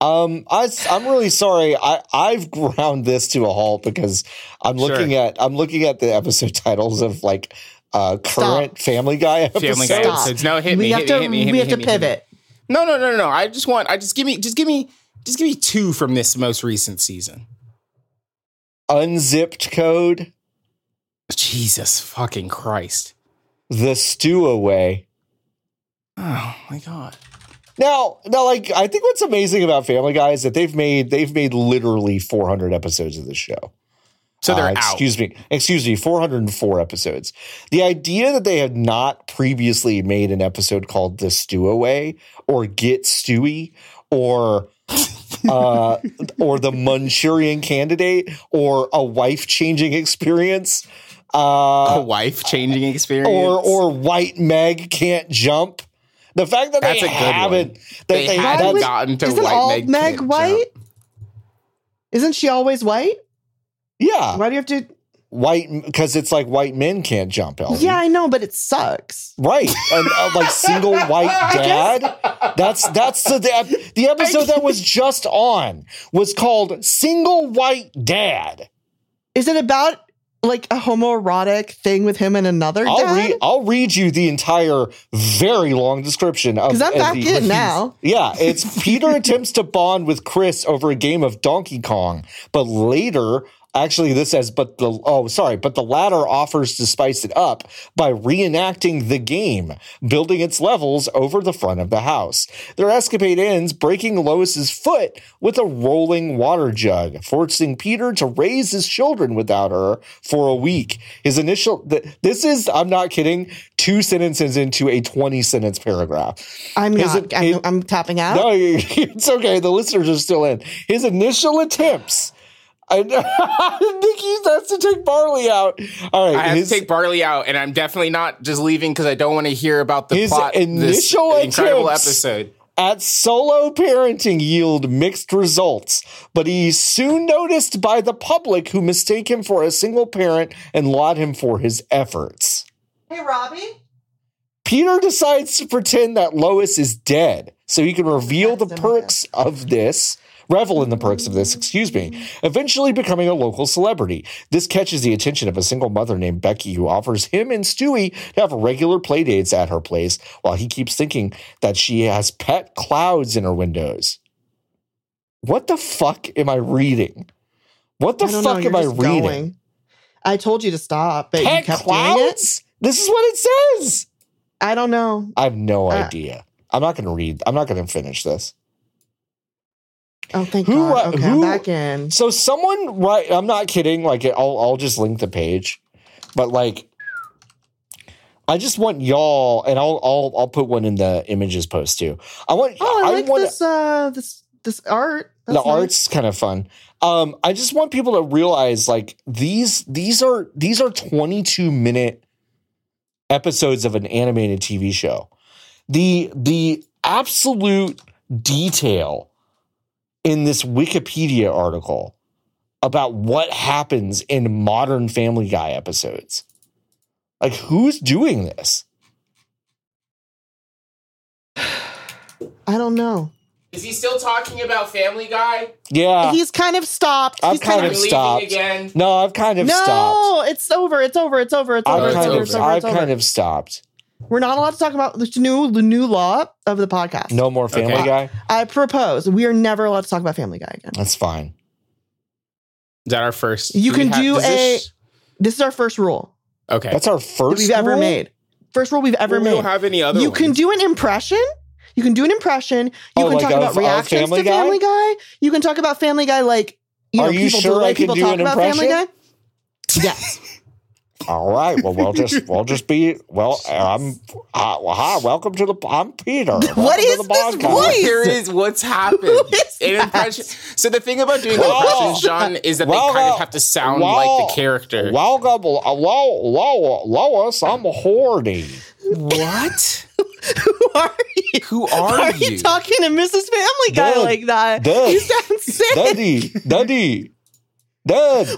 Speaker 2: Um, I, am really sorry. I I've (laughs) ground this to a halt because I'm
Speaker 1: Sure.
Speaker 2: looking at I'm looking at the episode (laughs) titles of like uh current Family Guy episodes.
Speaker 1: Family Guy
Speaker 3: Stop.
Speaker 1: episodes. No, hit
Speaker 3: we
Speaker 1: me.
Speaker 3: have
Speaker 1: hit
Speaker 3: to
Speaker 1: me, hit me, hit
Speaker 3: we
Speaker 1: me,
Speaker 3: have
Speaker 1: hit
Speaker 3: to
Speaker 1: me, hit me.
Speaker 3: pivot.
Speaker 1: No, no, no, no, no. I just want. I just give me. Just give me. Just give me two from this most recent season.
Speaker 2: Unzipped Code,
Speaker 1: Jesus fucking Christ!
Speaker 2: The Stowaway.
Speaker 1: Oh my God.
Speaker 2: Now, now, like I think what's amazing about Family Guy is that they've made they've made literally 400 episodes of this show.
Speaker 1: So they're
Speaker 2: Uh,
Speaker 1: out.
Speaker 2: Excuse me, excuse me, 404 episodes. The idea that they have not previously made an episode called "The Stewaway" or "Get Stewie"
Speaker 1: (laughs)
Speaker 2: or uh, or the Manchurian Candidate or a wife changing experience
Speaker 1: a
Speaker 2: uh,
Speaker 1: wife changing experience,
Speaker 2: or or White Meg can't jump. The fact that
Speaker 1: That's
Speaker 2: they
Speaker 1: a good one.
Speaker 2: haven't that
Speaker 1: they,
Speaker 2: they
Speaker 1: hadn't
Speaker 3: Why would-
Speaker 2: that's-
Speaker 1: gotten to
Speaker 3: Isn't
Speaker 1: white
Speaker 3: all
Speaker 1: Meg,
Speaker 3: Meg,
Speaker 1: Can't Jump.
Speaker 3: white? Isn't she always white?
Speaker 1: Uh,
Speaker 2: yeah
Speaker 3: Why do you have to?
Speaker 2: white because it's like white men can't jump. Ellie.
Speaker 3: Yeah, I know, but it sucks.
Speaker 2: Right, and uh, like single
Speaker 3: (laughs)
Speaker 2: white dad. That's that's the the, ep- the episode that was just on was called "Single White Dad."
Speaker 3: Is it about like a homoerotic thing with him and another
Speaker 2: I'll
Speaker 3: dad?
Speaker 2: read um, I'll read you the entire very long description of.
Speaker 3: Because I'm
Speaker 2: of
Speaker 3: back
Speaker 2: the- (laughs)
Speaker 3: in now.
Speaker 2: Yeah, it's Peter attempts to bond with Chris over a game of Donkey Kong, but later, actually, this says, but the oh, sorry, but the latter offers to spice it up by reenacting the game, building its levels over the front of the house. Their escapade ends breaking Lois's foot with a rolling water jug, forcing Peter to raise his children without her for a week. His initial, th- this is, I'm not kidding, two sentences into a 20 sentence paragraph.
Speaker 3: I'm
Speaker 2: Is
Speaker 3: not.
Speaker 2: it-
Speaker 3: I'm,
Speaker 2: it-
Speaker 3: I'm tapping
Speaker 1: (laughs)
Speaker 3: out.
Speaker 2: No, (laughs) you- it's okay. The listeners are still in. His initial attempts. (laughs) I, Nikki has to take Barley out. All right.
Speaker 1: I have
Speaker 2: his,
Speaker 1: to take Barley out, and I'm definitely not just leaving because I don't want to hear about the
Speaker 2: His
Speaker 1: plot.
Speaker 2: initial
Speaker 1: this incredible
Speaker 2: attempts-
Speaker 1: episode.
Speaker 2: at solo parenting yield mixed results, but he's soon noticed by the public who mistake him for a single parent and laud him for his efforts.
Speaker 3: Hey, Robbie.
Speaker 2: Peter decides to pretend that Lois is dead so he can reveal the
Speaker 3: That's
Speaker 2: perks of this, revel in the perks of this, excuse me, eventually becoming a local celebrity. This catches the attention of a single mother named Becky who offers him and Stewie to have regular playdates at her place while he keeps thinking that she has pet clouds in her windows. What the fuck am I reading? What the
Speaker 3: I don't know,
Speaker 2: fuck am
Speaker 3: you're
Speaker 2: I
Speaker 3: just
Speaker 2: reading?
Speaker 3: going. I told you to stop, but you
Speaker 2: Pet
Speaker 3: kept doing it.
Speaker 2: clouds? This is what it says.
Speaker 3: I don't know.
Speaker 2: I have no
Speaker 3: Uh,
Speaker 2: idea. I'm not going to read. I'm not going to finish this.
Speaker 3: Oh, thank
Speaker 2: Who, uh,
Speaker 3: God. Okay,
Speaker 2: who-
Speaker 3: I'm back in.
Speaker 2: So someone, right? I'm not kidding. Like, I'll I'll just link the page, but like, I just want y'all, and I'll I'll I'll put one in the images post too. I want.
Speaker 3: Oh, I, like
Speaker 2: want
Speaker 3: this. Uh, this this art. That's
Speaker 2: the
Speaker 3: nice.
Speaker 2: art's kind of fun. Um, I just want people to realize like these these are these are 22 minute episodes of an animated TV show. The the absolute detail in this Wikipedia article about what happens in modern Family Guy episodes. Like who's doing this?
Speaker 3: I don't know.
Speaker 1: Is he still talking about Family Guy?
Speaker 2: Yeah.
Speaker 3: He's kind of stopped.
Speaker 2: I've
Speaker 3: He's kind,
Speaker 2: Ah. kind
Speaker 3: of.
Speaker 2: of stopped.
Speaker 1: again.
Speaker 2: No, I've kind of
Speaker 3: no,
Speaker 2: stopped.
Speaker 3: it's over. It's over. It's over. It's over.
Speaker 2: I've
Speaker 3: It's
Speaker 2: kind
Speaker 1: over,
Speaker 3: over.
Speaker 2: of
Speaker 3: It's over.
Speaker 2: I've
Speaker 3: It's
Speaker 2: kind
Speaker 3: over.
Speaker 2: of stopped.
Speaker 3: We're not allowed to talk about the new the new law of the podcast.
Speaker 2: No more Family
Speaker 1: Okay.
Speaker 2: Guy.
Speaker 3: I propose we are never allowed to talk about Family Guy again.
Speaker 2: That's fine.
Speaker 1: Is that our first?
Speaker 3: You
Speaker 1: we
Speaker 3: can do
Speaker 1: does this-
Speaker 3: This is our first rule
Speaker 1: okay.
Speaker 2: That's our
Speaker 3: that
Speaker 2: first
Speaker 3: we've ever
Speaker 2: rule?
Speaker 3: made. First rule we've ever
Speaker 1: we
Speaker 3: made.
Speaker 1: don't have any other.
Speaker 3: you
Speaker 1: ones.
Speaker 3: can do an impression. You can do an impression. You
Speaker 2: Oh,
Speaker 3: can
Speaker 2: like
Speaker 3: talk
Speaker 2: of-
Speaker 3: about
Speaker 2: of
Speaker 3: reactions
Speaker 2: Family
Speaker 3: to
Speaker 2: Guy?
Speaker 3: Family Guy. You can talk about Family Guy like you
Speaker 2: Are
Speaker 3: know
Speaker 2: you
Speaker 3: people
Speaker 2: sure
Speaker 3: the way
Speaker 2: I can
Speaker 3: people
Speaker 2: do
Speaker 3: talk
Speaker 2: an
Speaker 3: about Family Guy.
Speaker 2: impression? (laughs)
Speaker 3: Yes.
Speaker 2: All right. Well, we'll
Speaker 3: (laughs)
Speaker 2: just we'll just be well. I'm hi, well, hi. Welcome to the. I'm
Speaker 3: (laughs)
Speaker 2: Peter. Welcome to
Speaker 3: is
Speaker 2: the
Speaker 3: this
Speaker 2: podcast.
Speaker 3: voice?
Speaker 1: There is what's happened.
Speaker 3: is
Speaker 1: An
Speaker 3: that?
Speaker 1: impression. So the thing about doing
Speaker 2: Wow.
Speaker 1: impressions, John, is that
Speaker 2: Wow.
Speaker 1: they kind of have to sound
Speaker 2: Wow.
Speaker 1: like the character.
Speaker 2: uh,
Speaker 3: (laughs)
Speaker 2: Welcome, Lo- Lo- Lois. I'm horny.
Speaker 1: What?
Speaker 3: Who are you?
Speaker 1: Who are,
Speaker 3: Why are
Speaker 1: you?
Speaker 3: you talking to Mrs. Family Guy
Speaker 2: Doug.
Speaker 3: like that? (laughs)
Speaker 2: Doug.
Speaker 3: You sound sick.
Speaker 2: Daddy, daddy,
Speaker 3: (laughs)
Speaker 2: dad.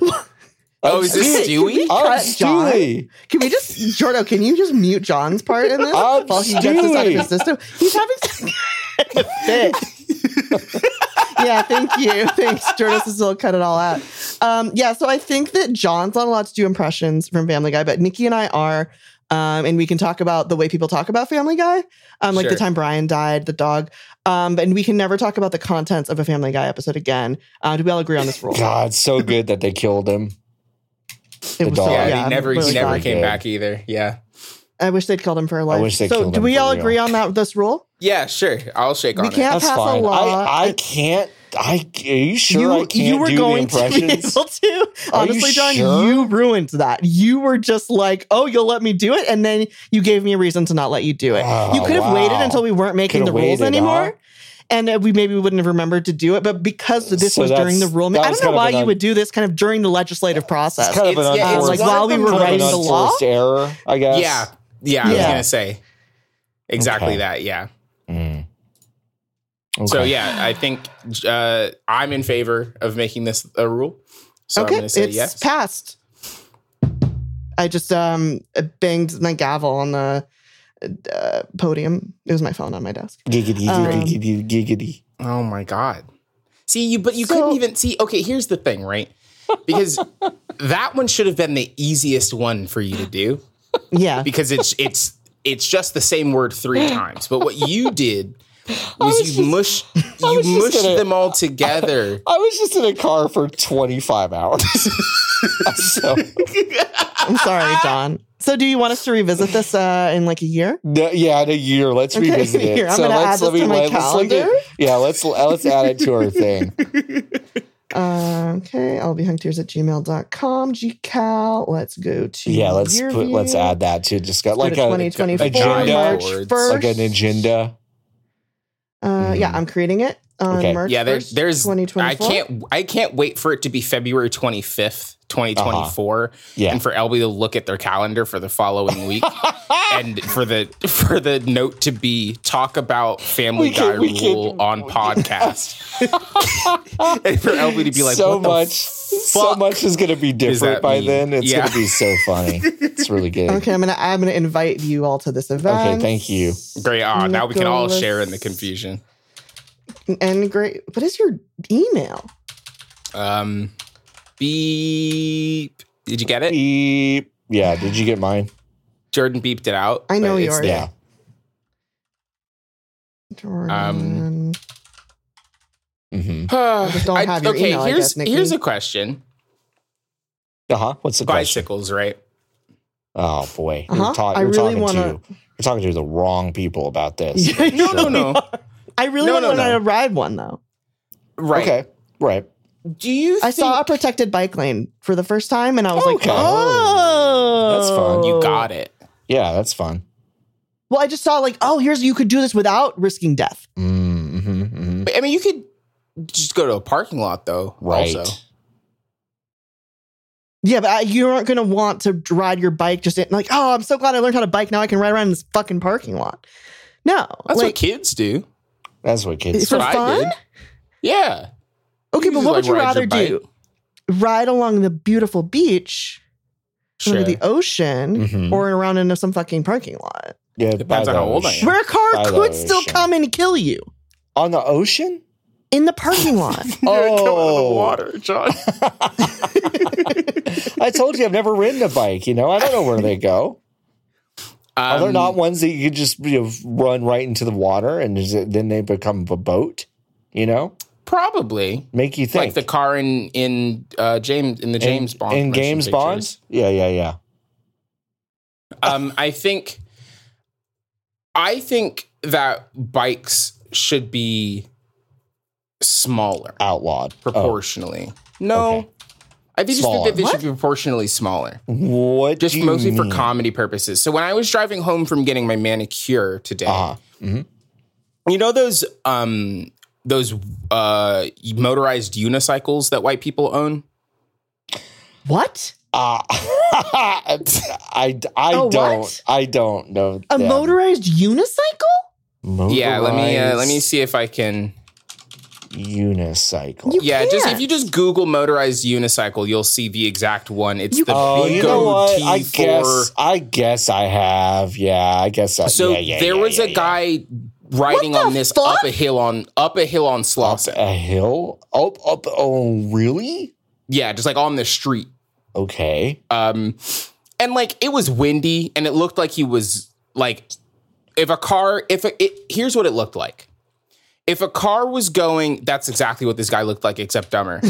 Speaker 1: Oh, is this
Speaker 2: Stewie?
Speaker 1: Stewie?
Speaker 2: I'm
Speaker 3: Cut, John.
Speaker 2: Stewie.
Speaker 3: Can we just, Jordo, can you just mute John's part in this
Speaker 2: (laughs) I'm
Speaker 3: while he gets this out of
Speaker 2: Stewie.
Speaker 3: his system? He's having a fit. (laughs) yeah, thank you. Thanks. Jordo says will cut it all out. Um, yeah, so I think that John's not allowed to do impressions from Family Guy, but Nikki and I are. Um, and we can talk about the way people talk about Family Guy, um, like the
Speaker 1: Sure.
Speaker 3: time Brian died, the dog. Um, and we can never talk about the contents of a Family Guy episode again. Uh, do we all agree
Speaker 2: (laughs)
Speaker 3: on this rule?
Speaker 2: God, it's so good that they killed him. the
Speaker 3: It so-
Speaker 2: dog.
Speaker 1: yeah,
Speaker 2: Yeah,
Speaker 1: he never he
Speaker 3: literally
Speaker 1: never
Speaker 3: dog.
Speaker 1: came
Speaker 2: Yeah.
Speaker 1: back either. Yeah.
Speaker 3: I wish they'd killed him for a life.
Speaker 2: wish they
Speaker 3: so
Speaker 2: killed
Speaker 3: do
Speaker 2: him
Speaker 3: we
Speaker 2: for
Speaker 3: all
Speaker 2: real.
Speaker 3: agree on that this rule?
Speaker 1: Yeah, sure. I'll shake on
Speaker 3: we
Speaker 1: it.
Speaker 3: can't
Speaker 2: That's
Speaker 3: pass a
Speaker 2: fine.
Speaker 3: law.
Speaker 2: I, I can't. I are you sure I can't do the impressions?
Speaker 3: to be (laughs) able to.
Speaker 2: Are you
Speaker 3: Honestly, John,
Speaker 2: sure?
Speaker 3: you ruined that. You were just like, "Oh, you'll let me do it," and then you gave me a reason to not let you do it.
Speaker 2: Oh,
Speaker 3: you could have waited
Speaker 2: wow.
Speaker 3: until we weren't making
Speaker 2: Coulda
Speaker 3: the rules
Speaker 2: waited,
Speaker 3: anymore.
Speaker 2: huh?
Speaker 3: And uh, we maybe wouldn't have remembered to do it, but because this
Speaker 2: So
Speaker 3: was during the
Speaker 2: that's-
Speaker 3: rule,
Speaker 2: that
Speaker 3: I
Speaker 2: was
Speaker 3: don't know
Speaker 2: kind of
Speaker 3: why
Speaker 2: an
Speaker 3: you
Speaker 2: un-
Speaker 3: would do this kind of during the legislative process.
Speaker 2: It's kind of
Speaker 1: It's-
Speaker 2: an
Speaker 1: yeah, it's
Speaker 2: unforced,
Speaker 3: like while we were
Speaker 2: kind of an
Speaker 3: writing the law.
Speaker 2: unforced error, I guess.
Speaker 1: Yeah. Yeah, I was
Speaker 3: Yeah.
Speaker 1: gonna say. Exactly
Speaker 2: Okay.
Speaker 1: that, yeah.
Speaker 2: Mm.
Speaker 1: So
Speaker 2: Okay.
Speaker 1: yeah, I think uh, I'm in favor of making this a rule. So I'm
Speaker 3: okay,
Speaker 1: gonna say
Speaker 3: it's
Speaker 1: yes.
Speaker 3: passed. I just um banged my gavel on the uh, podium. It was my phone on my desk.
Speaker 2: giggity,
Speaker 3: Um,
Speaker 2: giggity, giggity.
Speaker 1: Oh my god. See you, but you
Speaker 3: So-
Speaker 1: couldn't even see. Okay, here's the thing, right?
Speaker 2: (laughs)
Speaker 1: Because that one should have been the easiest one for you to do
Speaker 3: Yeah,
Speaker 1: because it's it's it's just the same word three
Speaker 2: (laughs)
Speaker 1: times. But what you did was,
Speaker 2: was
Speaker 1: you
Speaker 2: just-
Speaker 1: mush
Speaker 2: was
Speaker 1: you
Speaker 2: just
Speaker 1: mushed
Speaker 2: gonna-
Speaker 1: them all together.
Speaker 2: I was just in a car for 25 hours. (laughs) so,
Speaker 3: I'm
Speaker 2: (laughs)
Speaker 3: sorry, John. So, do you want us to revisit this uh, in like a year?
Speaker 2: no, yeah, in a year, let's
Speaker 3: (laughs) Okay,
Speaker 2: revisit it.
Speaker 3: here, I'm
Speaker 2: so
Speaker 3: gonna
Speaker 2: let's
Speaker 3: add this to my
Speaker 2: look at-
Speaker 3: calendar.
Speaker 2: yeah, let's uh, let's add it to our
Speaker 3: (laughs)
Speaker 2: thing.
Speaker 3: Uh, okay, I'll be hunktears at gmail.com. GCal. Let's go to
Speaker 2: Yeah, let's
Speaker 3: year
Speaker 2: put let's
Speaker 3: view.
Speaker 2: add that to just got like
Speaker 3: Let's go to
Speaker 2: a
Speaker 3: 2024
Speaker 2: agenda.
Speaker 3: March
Speaker 1: Words.
Speaker 3: 1st.
Speaker 2: like an agenda.
Speaker 3: Uh, yeah, I'm creating it on
Speaker 2: Okay.
Speaker 3: March
Speaker 1: Yeah, there,
Speaker 3: 1st,
Speaker 1: there's
Speaker 3: 2024.
Speaker 1: I can't I can't wait for it to be February 25th, 2024
Speaker 2: Yeah.
Speaker 1: and for LB to look at their calendar for the following
Speaker 2: (laughs)
Speaker 1: week and for the for the note to be talk about family
Speaker 2: We can-
Speaker 1: guy
Speaker 2: we can-
Speaker 1: rule on podcast.
Speaker 2: (laughs)
Speaker 1: and for LB to be like
Speaker 2: so
Speaker 1: what the
Speaker 2: much, so
Speaker 1: fuck
Speaker 2: much is going to be different
Speaker 1: that
Speaker 2: by
Speaker 1: mean?
Speaker 2: then. It's
Speaker 1: Yeah.
Speaker 2: going to be so funny. It's
Speaker 3: (laughs)
Speaker 2: really good.
Speaker 3: Okay, I'm gonna I'm gonna invite you all to this event.
Speaker 2: Okay, thank you.
Speaker 1: f- great ah now we can all
Speaker 3: Nicholas.
Speaker 1: share in the confusion.
Speaker 3: And great. What is your email?
Speaker 1: Um beep. Did you get it?
Speaker 2: Beep. Yeah, did you get mine?
Speaker 1: Jordan beeped it out.
Speaker 3: I know
Speaker 1: but it's
Speaker 3: yours.
Speaker 1: there.
Speaker 2: Yeah.
Speaker 3: Jordan.
Speaker 1: Um,
Speaker 2: Mm-hmm.
Speaker 1: (sighs) I
Speaker 3: just don't have your email, I
Speaker 1: here's
Speaker 3: guess, Nikki.
Speaker 1: here's a question.
Speaker 2: Uh huh. What's the question?
Speaker 1: Bicycles, right?
Speaker 2: Oh boy,
Speaker 3: Uh-huh.
Speaker 2: we're, talk-
Speaker 3: I
Speaker 2: we're
Speaker 3: really
Speaker 2: talking
Speaker 3: wanna-
Speaker 2: to we're talking to the wrong people about
Speaker 3: (laughs)
Speaker 2: this.
Speaker 3: Yeah,
Speaker 1: No, no, no.
Speaker 3: I really
Speaker 1: No,
Speaker 3: want
Speaker 1: no,
Speaker 3: to
Speaker 1: no.
Speaker 3: ride one though.
Speaker 1: Right.
Speaker 2: Okay, right.
Speaker 1: Do you
Speaker 3: I
Speaker 1: think
Speaker 3: saw a protected bike lane for the first time, and I was like,
Speaker 2: Okay.
Speaker 3: "Oh,
Speaker 2: That's fun.
Speaker 1: you got it?
Speaker 2: Yeah, that's fun.
Speaker 3: Well, I just saw like, "Oh, here's you could do this without risking death."
Speaker 2: Mm-hmm, hmm
Speaker 1: But, I mean, you could just go to a parking lot though.
Speaker 2: Right.
Speaker 1: Also.
Speaker 3: Yeah, but I, you aren't gonna want to ride your bike just in, like, "Oh, I'm so glad I learned how to bike. Now I can ride around in this fucking parking lot." No,
Speaker 1: That's what
Speaker 3: like
Speaker 1: kids do.
Speaker 2: That's what kids.
Speaker 3: (laughs) for
Speaker 1: what I
Speaker 3: fun.
Speaker 1: did. Yeah.
Speaker 3: Okay,
Speaker 1: You
Speaker 3: but
Speaker 1: just, like,
Speaker 3: what would you
Speaker 1: ride your
Speaker 3: rather do? Ride along the beautiful beach
Speaker 1: Sure.
Speaker 3: under the ocean,
Speaker 2: Mhm.
Speaker 3: or around in some fucking parking lot
Speaker 2: Yeah,
Speaker 1: Depends
Speaker 2: by
Speaker 1: on how
Speaker 2: the
Speaker 1: old I
Speaker 2: ocean.
Speaker 1: am.
Speaker 3: where a car
Speaker 2: By the
Speaker 3: could still
Speaker 2: ocean.
Speaker 3: come and kill you
Speaker 2: On the ocean?
Speaker 3: in the
Speaker 2: (laughs)
Speaker 3: parking lot.
Speaker 2: Oh.
Speaker 1: (laughs) John.
Speaker 2: I told you I've never ridden a bike. You know, I don't know where they go. Are
Speaker 1: Um,
Speaker 2: there not ones that you could just you know, run right into the water and is it, then they become a boat? You know,
Speaker 1: probably
Speaker 2: make you
Speaker 1: like
Speaker 2: think
Speaker 1: the car in in uh, James in the James Bond
Speaker 2: in
Speaker 1: commercial
Speaker 2: James
Speaker 1: pictures.
Speaker 2: Bond. Yeah, yeah, yeah.
Speaker 1: Um, I think, I think that bikes should be smaller.
Speaker 2: Outlawed. Oh.
Speaker 1: proportionally. No,
Speaker 2: Okay.
Speaker 1: I think just think
Speaker 2: Smaller.
Speaker 1: that they should be proportionally smaller,
Speaker 2: What?
Speaker 1: just
Speaker 2: do you
Speaker 1: mostly for
Speaker 2: mean?
Speaker 1: comedy purposes. So when I was driving home from getting my manicure today,
Speaker 2: Uh-huh.
Speaker 1: you know those um those uh motorized unicycles that white people own.
Speaker 3: What?
Speaker 2: Uh, (laughs) I, I
Speaker 3: A what?
Speaker 2: don't I don't know
Speaker 3: A
Speaker 2: them.
Speaker 3: motorized unicycle?
Speaker 1: Yeah, let me uh, let me
Speaker 2: Motorized
Speaker 1: see if I can.
Speaker 2: unicycle.
Speaker 3: You
Speaker 1: Yeah, just if
Speaker 3: can't.
Speaker 1: you just Google motorized unicycle, you'll see the exact one. It's
Speaker 3: You
Speaker 1: the
Speaker 2: oh,
Speaker 1: big
Speaker 2: you know what?
Speaker 1: goatee
Speaker 2: I
Speaker 1: for.
Speaker 2: guess I guess I have. Yeah, I guess I,
Speaker 1: So
Speaker 2: yeah, yeah,
Speaker 1: there
Speaker 2: yeah,
Speaker 1: was
Speaker 2: yeah,
Speaker 1: a
Speaker 2: yeah.
Speaker 1: guy riding
Speaker 3: What the
Speaker 1: on this
Speaker 3: fuck?
Speaker 1: up a hill on up a hill on
Speaker 2: up
Speaker 1: Slauson.
Speaker 2: a hill. Oh, up. Oh, really?
Speaker 1: Yeah, just like on the street.
Speaker 2: Okay.
Speaker 1: Um, and like it was windy, and it looked like he was like, if a car, if a, it, here's what it looked like. If a car was going, that's exactly what this guy looked like, except dumber.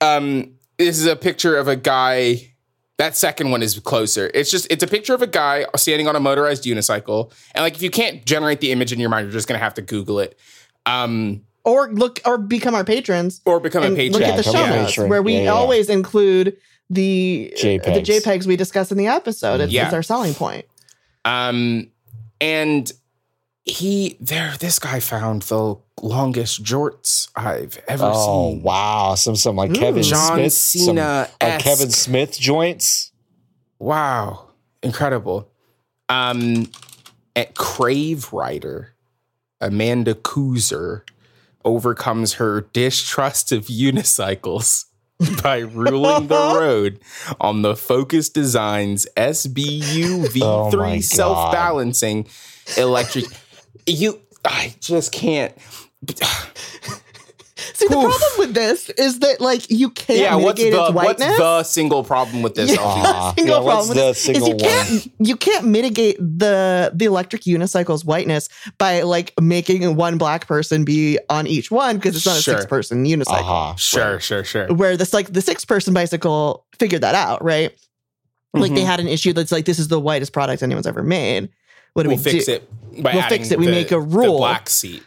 Speaker 1: um, this is a picture of a guy. That second one is closer. It's just it's a picture of a guy standing on a motorized unicycle, and like if you can't generate the image in your mind, you're just gonna have to Google it. Um,
Speaker 3: Or look or become our patrons.
Speaker 1: or become a
Speaker 3: and
Speaker 1: patron.
Speaker 3: look at
Speaker 2: Yeah,
Speaker 3: the show
Speaker 2: become a
Speaker 3: notes
Speaker 2: patron.
Speaker 3: where we
Speaker 2: Yeah, yeah.
Speaker 3: always include the
Speaker 2: JPEGs.
Speaker 3: the JPEGs we discuss in the episode. It's,
Speaker 1: Yeah.
Speaker 3: it's our selling point.
Speaker 1: Um, and he there, this guy found the longest jorts I've ever
Speaker 2: Oh
Speaker 1: seen. Hmm.
Speaker 2: wow! Some some like
Speaker 3: Ooh.
Speaker 2: Kevin
Speaker 1: John
Speaker 2: Smith, some
Speaker 1: Cena,
Speaker 2: like Kevin Smith joints.
Speaker 1: Wow, incredible. Um, at Crave Rider, Amanda Kuzer overcomes her distrust of unicycles (laughs) by ruling
Speaker 3: (laughs)
Speaker 1: the road on the Focus Designs SBU
Speaker 2: Oh
Speaker 1: V3
Speaker 2: my God.
Speaker 1: self balancing electric. (laughs) you, I just can't.
Speaker 3: See, the
Speaker 1: Oof.
Speaker 3: problem with this is that like you can't
Speaker 1: yeah, what's
Speaker 3: mitigate
Speaker 1: the
Speaker 3: its
Speaker 1: what's
Speaker 3: whiteness.
Speaker 1: the (laughs) single problem with this? Oh,
Speaker 3: Yeah.
Speaker 1: Alfie?
Speaker 2: Ah,
Speaker 3: single
Speaker 2: yeah, what's
Speaker 3: problem with
Speaker 2: the
Speaker 3: this is
Speaker 2: single
Speaker 3: you can't you can't mitigate the the electric unicycle's whiteness by like making one black person be on each one because it's not a
Speaker 1: Sure.
Speaker 3: six person unicycle.
Speaker 2: Uh-huh.
Speaker 1: Sure, sure, sure.
Speaker 3: Where this like the six person bicycle figured that out, right? Like they
Speaker 1: Mhm.
Speaker 3: had an issue that's like this is the whitest product anyone's ever made. What do
Speaker 1: we'll
Speaker 3: we
Speaker 1: fix
Speaker 3: do?
Speaker 1: it. By
Speaker 3: We'll
Speaker 1: adding
Speaker 3: fix it. We
Speaker 1: the-
Speaker 3: make a
Speaker 1: the
Speaker 3: rule.
Speaker 1: black seat.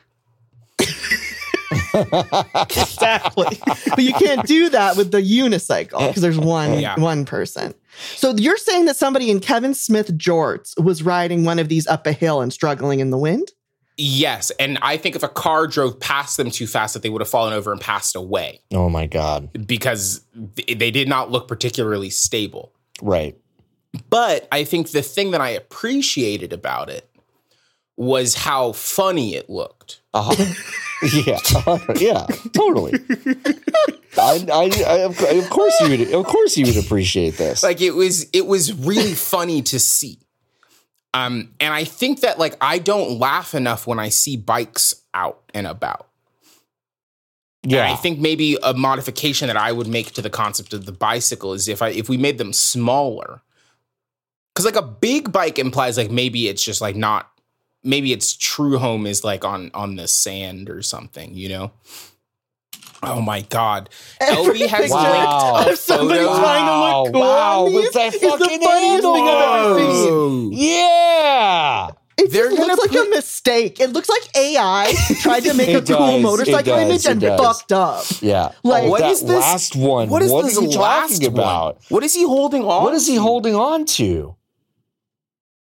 Speaker 3: exactly. (laughs) but you can't do that with the unicycle because there's one
Speaker 1: Yeah.
Speaker 3: one person. So you're saying that somebody in Kevin Smith jorts was riding one of these up a hill and struggling in the wind?
Speaker 1: Yes, and I think if a car drove past them too fast, that they would have fallen over and passed away
Speaker 2: Oh my god!
Speaker 1: because th- they did not look particularly stable.
Speaker 2: Right.
Speaker 1: But I think the thing that I appreciated about it was how funny it looked. (laughs)
Speaker 2: Uh-huh. yeah. yeah. Totally. I, I, I, of, cou- of course you would. Of course you would appreciate this.
Speaker 1: Like it was, it was really funny to see. Um, and I think that like I don't laugh enough when I see bikes out and about. And I think maybe a modification that I would make to the concept of the bicycle is if I if we made them smaller. Cause like a big bike implies like maybe it's just like not maybe its true home is like on on the sand or something, you know? Oh my god. Elby
Speaker 3: Every
Speaker 1: has
Speaker 3: picture
Speaker 2: Wow.
Speaker 1: linked a
Speaker 3: of somebody
Speaker 1: photo.
Speaker 3: trying to look cool
Speaker 2: Wow,
Speaker 3: on
Speaker 2: with
Speaker 3: these
Speaker 2: that
Speaker 3: is the
Speaker 2: fucking
Speaker 3: funniest thing I've ever seen.
Speaker 1: Whoa.
Speaker 2: Oh. Yeah.
Speaker 3: It
Speaker 1: They're
Speaker 3: just
Speaker 1: gonna
Speaker 3: looks like
Speaker 1: put-
Speaker 3: a mistake. It looks like
Speaker 2: (laughs)
Speaker 3: AI tried to make a
Speaker 2: It does,
Speaker 3: cool
Speaker 2: it
Speaker 3: motorcycle
Speaker 2: does,
Speaker 3: image
Speaker 2: it
Speaker 3: and
Speaker 2: does.
Speaker 3: fucked up.
Speaker 2: Yeah.
Speaker 3: Like-
Speaker 2: oh,
Speaker 1: What
Speaker 2: that
Speaker 1: is this-
Speaker 2: last one?
Speaker 1: What is
Speaker 2: what
Speaker 1: this
Speaker 2: are you
Speaker 1: last
Speaker 2: talking
Speaker 1: one?
Speaker 2: about?
Speaker 1: What is he holding on?
Speaker 2: What is he
Speaker 1: to?
Speaker 2: holding on to?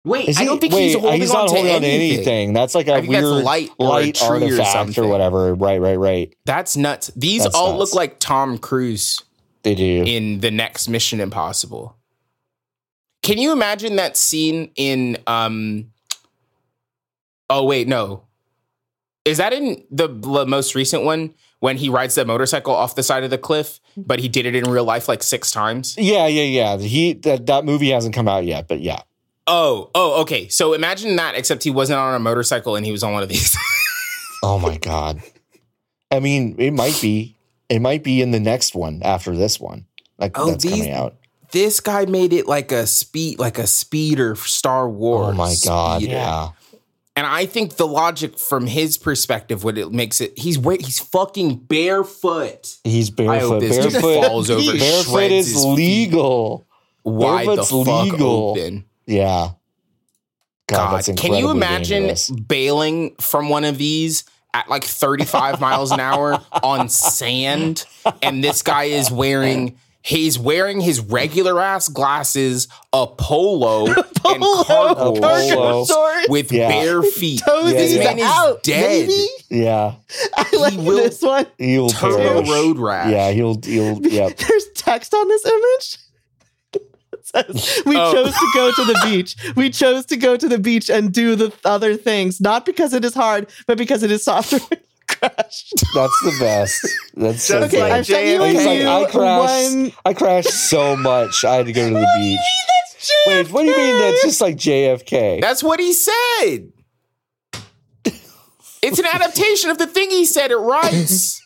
Speaker 1: Wait,
Speaker 2: Is
Speaker 1: I
Speaker 2: he-
Speaker 1: don't think
Speaker 2: wait,
Speaker 1: he's holding
Speaker 2: he's
Speaker 1: on
Speaker 2: not
Speaker 1: to
Speaker 2: holding on to
Speaker 1: anything.
Speaker 2: anything. That's like a
Speaker 1: I think that's
Speaker 2: weird
Speaker 1: light or a
Speaker 2: light
Speaker 1: tree or
Speaker 2: artifact or,
Speaker 1: something.
Speaker 2: whatever. Right, right, right.
Speaker 1: That's nuts. These
Speaker 2: That's
Speaker 1: all
Speaker 2: nuts.
Speaker 1: look like Tom Cruise
Speaker 2: They do.
Speaker 1: in the next Mission Impossible. Can you imagine that scene in um Oh wait, no. Is that in the, the most recent one when he rides that motorcycle off the side of the cliff, but he did it in real life like 6 times?
Speaker 2: yeah, yeah, yeah. He that that movie hasn't come out yet, but yeah.
Speaker 1: Oh, oh, okay. So imagine that except he wasn't on a motorcycle and he was on one of these. (laughs)
Speaker 2: Oh my god. I mean, it might be. It might be in the next one after this one. Like
Speaker 1: Oh,
Speaker 2: that's
Speaker 1: these-
Speaker 2: coming out.
Speaker 1: this guy made it like a speed like a speeder Star Wars.
Speaker 2: Oh my god.
Speaker 1: speeder.
Speaker 2: Yeah.
Speaker 1: And I think the logic from his perspective, what it makes it, he's wait, he's fucking barefoot.
Speaker 2: He's
Speaker 1: I hope
Speaker 2: barefoot.
Speaker 1: this dude
Speaker 2: Barefoot.
Speaker 1: falls over.
Speaker 3: Barefoot
Speaker 2: barefoot
Speaker 1: shreds
Speaker 2: is
Speaker 1: his feet
Speaker 2: legal.
Speaker 1: Wide the
Speaker 2: Barefoot's
Speaker 1: fuck
Speaker 2: legal.
Speaker 1: open.
Speaker 2: Yeah.
Speaker 1: God, can you
Speaker 2: incredibly
Speaker 1: imagine
Speaker 2: dangerous.
Speaker 1: bailing from one of these at like 35 miles an hour on sand? And this guy is wearing. He's wearing his regular ass glasses, a polo, and
Speaker 3: Polo,
Speaker 1: cargo
Speaker 2: cargo
Speaker 1: shorts
Speaker 3: shorts.
Speaker 1: with
Speaker 2: Yeah.
Speaker 1: bare feet.
Speaker 3: Toesies
Speaker 1: This man is
Speaker 3: out,
Speaker 1: dead.
Speaker 3: baby.
Speaker 2: Yeah.
Speaker 3: (laughs) I like
Speaker 1: will-
Speaker 3: this one.
Speaker 2: He'll
Speaker 1: Turbo
Speaker 2: perish.
Speaker 1: road rash.
Speaker 2: Yeah, he'll he'll yep.
Speaker 3: (laughs) There's text on this image? (laughs) Says, we oh. chose to go to
Speaker 2: (laughs)
Speaker 3: the beach. We chose to go to the beach and do the other things, not because it is hard, but because it is softer. crashed.
Speaker 2: That's the best. That's so
Speaker 3: okay. Good. I, Jay, you okay.
Speaker 2: Like, I crashed. One... I crashed so much. I had to go to the what beach. Wait, what do you mean that's just like JFK?
Speaker 1: That's what he said. it's
Speaker 3: (laughs)
Speaker 1: an adaptation of the thing he said. It writes.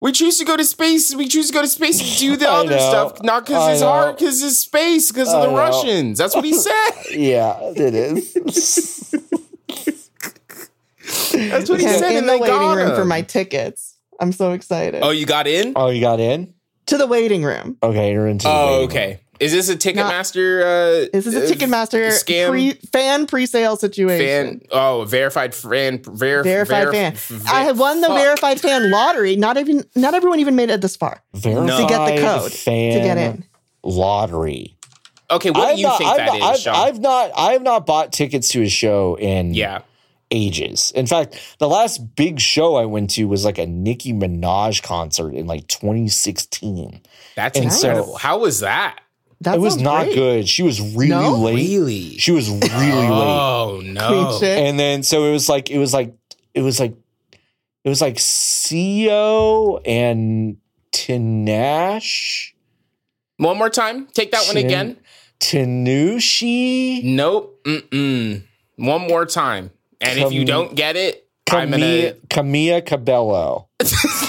Speaker 1: We choose to go to space. We choose to go to space and do the I other know. stuff, not because it's know. hard, because it's space, because of the know. Russians. That's what
Speaker 3: (laughs)
Speaker 1: he said.
Speaker 2: yeah, it is.
Speaker 1: (laughs) That's what okay, he said.
Speaker 3: In the waiting room for my tickets. I'm so excited.
Speaker 1: Oh, you got in?
Speaker 2: Oh, you got in
Speaker 3: to the waiting room.
Speaker 2: Okay, you're into.
Speaker 1: Oh, okay. Room. Is this a Ticketmaster?
Speaker 3: Uh, is this a Ticketmaster scam? Pre, fan pre-sale situation?
Speaker 1: Fan, oh, verified fan, ver,
Speaker 3: verified ver, fan. Ver, I have won the fuck. verified fan lottery. Not even not everyone even made it this far verified to get the code to get in
Speaker 2: lottery.
Speaker 1: Okay, what I've do you not, think
Speaker 2: I've that
Speaker 1: not,
Speaker 2: is, I've, I've not I have not bought tickets to a show in
Speaker 1: yeah
Speaker 2: ages. In fact, the last big show I went to was like a Nicki Minaj concert in like 2016.
Speaker 1: That's and incredible. So How was that? that
Speaker 2: it was not great. good. She was really no? late. Really? She was really
Speaker 1: (laughs) oh, late. Oh no.
Speaker 2: And then so it was like it was like it was like it was like CEO and Tanash.
Speaker 1: One more time. Take that Tin- one again.
Speaker 2: Tanushi.
Speaker 1: Nope. Mm-mm. One more time. And Cam- if you don't get it, Camilla, I'm gonna
Speaker 2: Camilla Cabello.
Speaker 1: (laughs)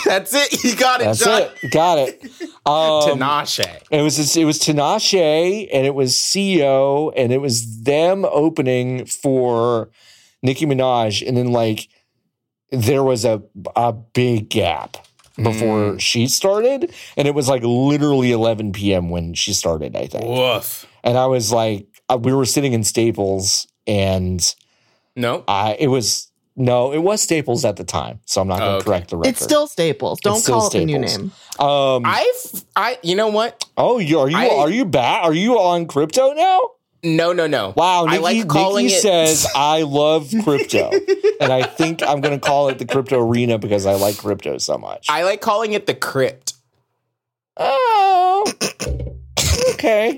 Speaker 1: That's it. You got it. That's John.
Speaker 2: it.
Speaker 1: (laughs)
Speaker 2: Got it.
Speaker 1: Um, Tinashe.
Speaker 2: It was it was Tinashe, and it was CEO, and it was them opening for Nicki Minaj, and then like there was a a big gap before mm. she started, and it was like literally 11 p.m. when she started. I think.
Speaker 1: Woof.
Speaker 2: And I was like, uh, we were sitting in Staples, and.
Speaker 1: No,
Speaker 2: I it was no, it was Staples at the time, so I'm not going to oh, okay. correct the record.
Speaker 3: It's still Staples. Don't still call Staples. it a new name. (laughs)
Speaker 1: Um, I've I you know what?
Speaker 2: Oh, you are you I, are you back? Are you on crypto now?
Speaker 1: No, no, no.
Speaker 2: Wow, Nikki, I like calling Nikki
Speaker 1: (laughs)
Speaker 2: it- says I love crypto, and I think I'm going to call it the crypto arena because I like crypto so much.
Speaker 1: I like calling it the crypt.
Speaker 2: Oh, okay.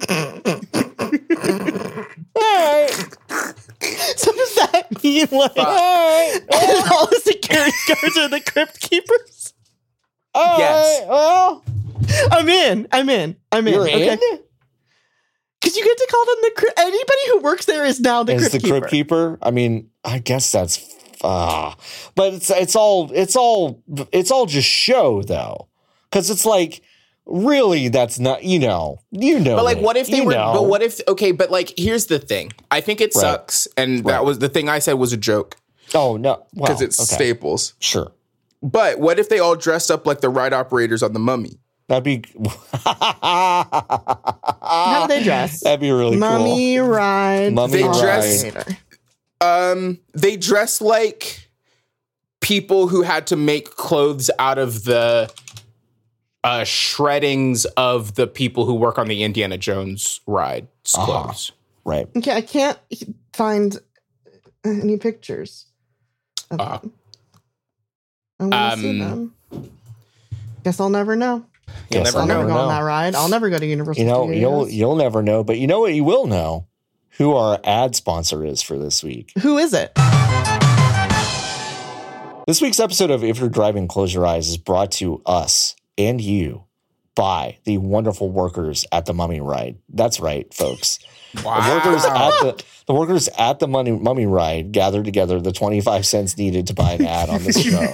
Speaker 2: All right.
Speaker 3: So does that mean like
Speaker 1: Uh,
Speaker 3: oh. (laughs) all the security guards are the crypt keepers?
Speaker 2: All yes. Right, well,
Speaker 3: I'm in. I'm in. I'm in.
Speaker 2: You're okay. in.
Speaker 3: Because you get to call them the crypt. Anybody who works there is now the
Speaker 2: is
Speaker 3: crypt
Speaker 2: the
Speaker 3: keeper.
Speaker 2: crypt keeper. I mean, I guess that's uh, but it's it's all it's all it's all just show though, because it's like really that's not you know you know
Speaker 1: but like what if they
Speaker 2: you
Speaker 1: were know. but what if okay but like here's the thing i think it right. sucks and right. that was the thing i said was a joke
Speaker 2: oh no
Speaker 1: because wow. it's okay. staples
Speaker 2: sure
Speaker 1: but what if they all dressed up like the ride operators on the mummy
Speaker 2: that'd be (laughs)
Speaker 3: how they dress
Speaker 2: that'd be Ah, really
Speaker 3: mummy
Speaker 2: cool.
Speaker 3: ride
Speaker 1: they
Speaker 2: mummy
Speaker 1: dress um they dress like people who had to make clothes out of the uh, shreddings of the people who work on the Indiana Jones ride clothes.
Speaker 2: Uh-huh. Right.
Speaker 3: Okay, I can't find any pictures. Of
Speaker 1: Ah.
Speaker 3: uh, them. I want to um, see them. Guess I'll never know.
Speaker 1: You'll never
Speaker 3: I'll
Speaker 1: know.
Speaker 3: never go on that ride. I'll never go to Universal.
Speaker 2: You know,
Speaker 3: Studios.
Speaker 2: you'll you'll never know. But you know what? You will know who our ad sponsor is for this week.
Speaker 3: Who is it?
Speaker 2: This week's episode of If You're Driving, Close Your Eyes is brought to us and you by the wonderful workers at the mummy ride. That's right, folks. Wow. The workers at the, the workers at the mummy, mummy ride gathered together the 25 cents needed to buy an ad on this show.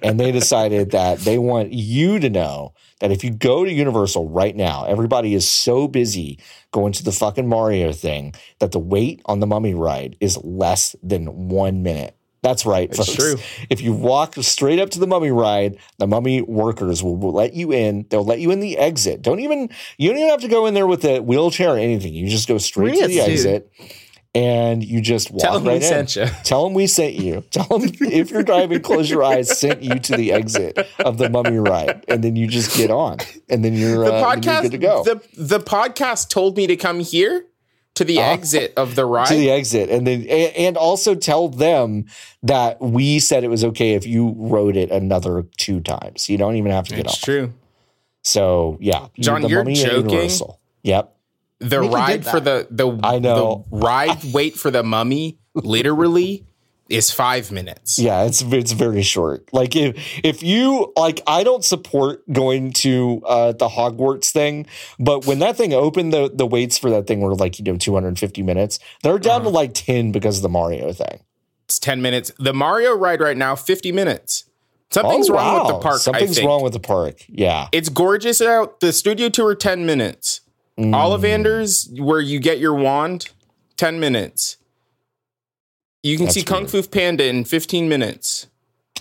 Speaker 2: and they decided that they want you to know that if you go to Universal right now, everybody is so busy going to the fucking Mario thing that the wait on the mummy ride is less than one minute. That's right. It's folks. true. If you walk straight up to the mummy ride, the mummy workers will, will, let you in. They'll let you in the exit. Don't even you don't even have to go in there with a wheelchair or anything. You just go straight Brilliant, to the exit. Dude. And you just walk
Speaker 1: Tell them
Speaker 2: right
Speaker 1: we
Speaker 2: in. Uh,
Speaker 1: sent you.
Speaker 2: Tell them we sent you. (laughs) Tell them if you're driving, close your eyes. Sent you to the exit of the mummy ride, and then you just get on, and then you're, the uh, podcast, you're good to go.
Speaker 1: The the podcast told me to come here to the exit uh, of the ride
Speaker 2: Uh-huh. to the exit and then and, and, also tell them that we said it was okay if you rode it another two times you don't even have to get
Speaker 1: it's
Speaker 2: off
Speaker 1: true
Speaker 2: So yeah,
Speaker 1: John, you're
Speaker 2: Mummy and
Speaker 1: joking?
Speaker 2: Universal. Yep.
Speaker 1: The
Speaker 3: Mickey
Speaker 1: ride
Speaker 3: did that.
Speaker 1: for the the
Speaker 2: I know.
Speaker 1: the ride wait for the mummy literally is five minutes.
Speaker 2: Yeah, it's it's very short. Like if if you like, I don't support going to uh, the Hogwarts thing, but when that thing opened, the the waits for that thing were like you know 250 minutes. They're down
Speaker 1: Uh-huh.
Speaker 2: to like 10 because of the Mario thing.
Speaker 1: It's ten minutes. The Mario ride right now, fifty minutes. Something's
Speaker 2: Oh,
Speaker 1: wrong with
Speaker 2: wow.
Speaker 1: the park. I
Speaker 2: Something's
Speaker 1: think.
Speaker 2: wrong with the park. Yeah,
Speaker 1: It's gorgeous out. The studio tour, ten minutes.
Speaker 2: Mm. Hmm.
Speaker 1: Ollivander's, where you get your wand, ten minutes. You can
Speaker 2: That's
Speaker 1: see Kung
Speaker 2: weird.
Speaker 1: Fu Panda in fifteen minutes.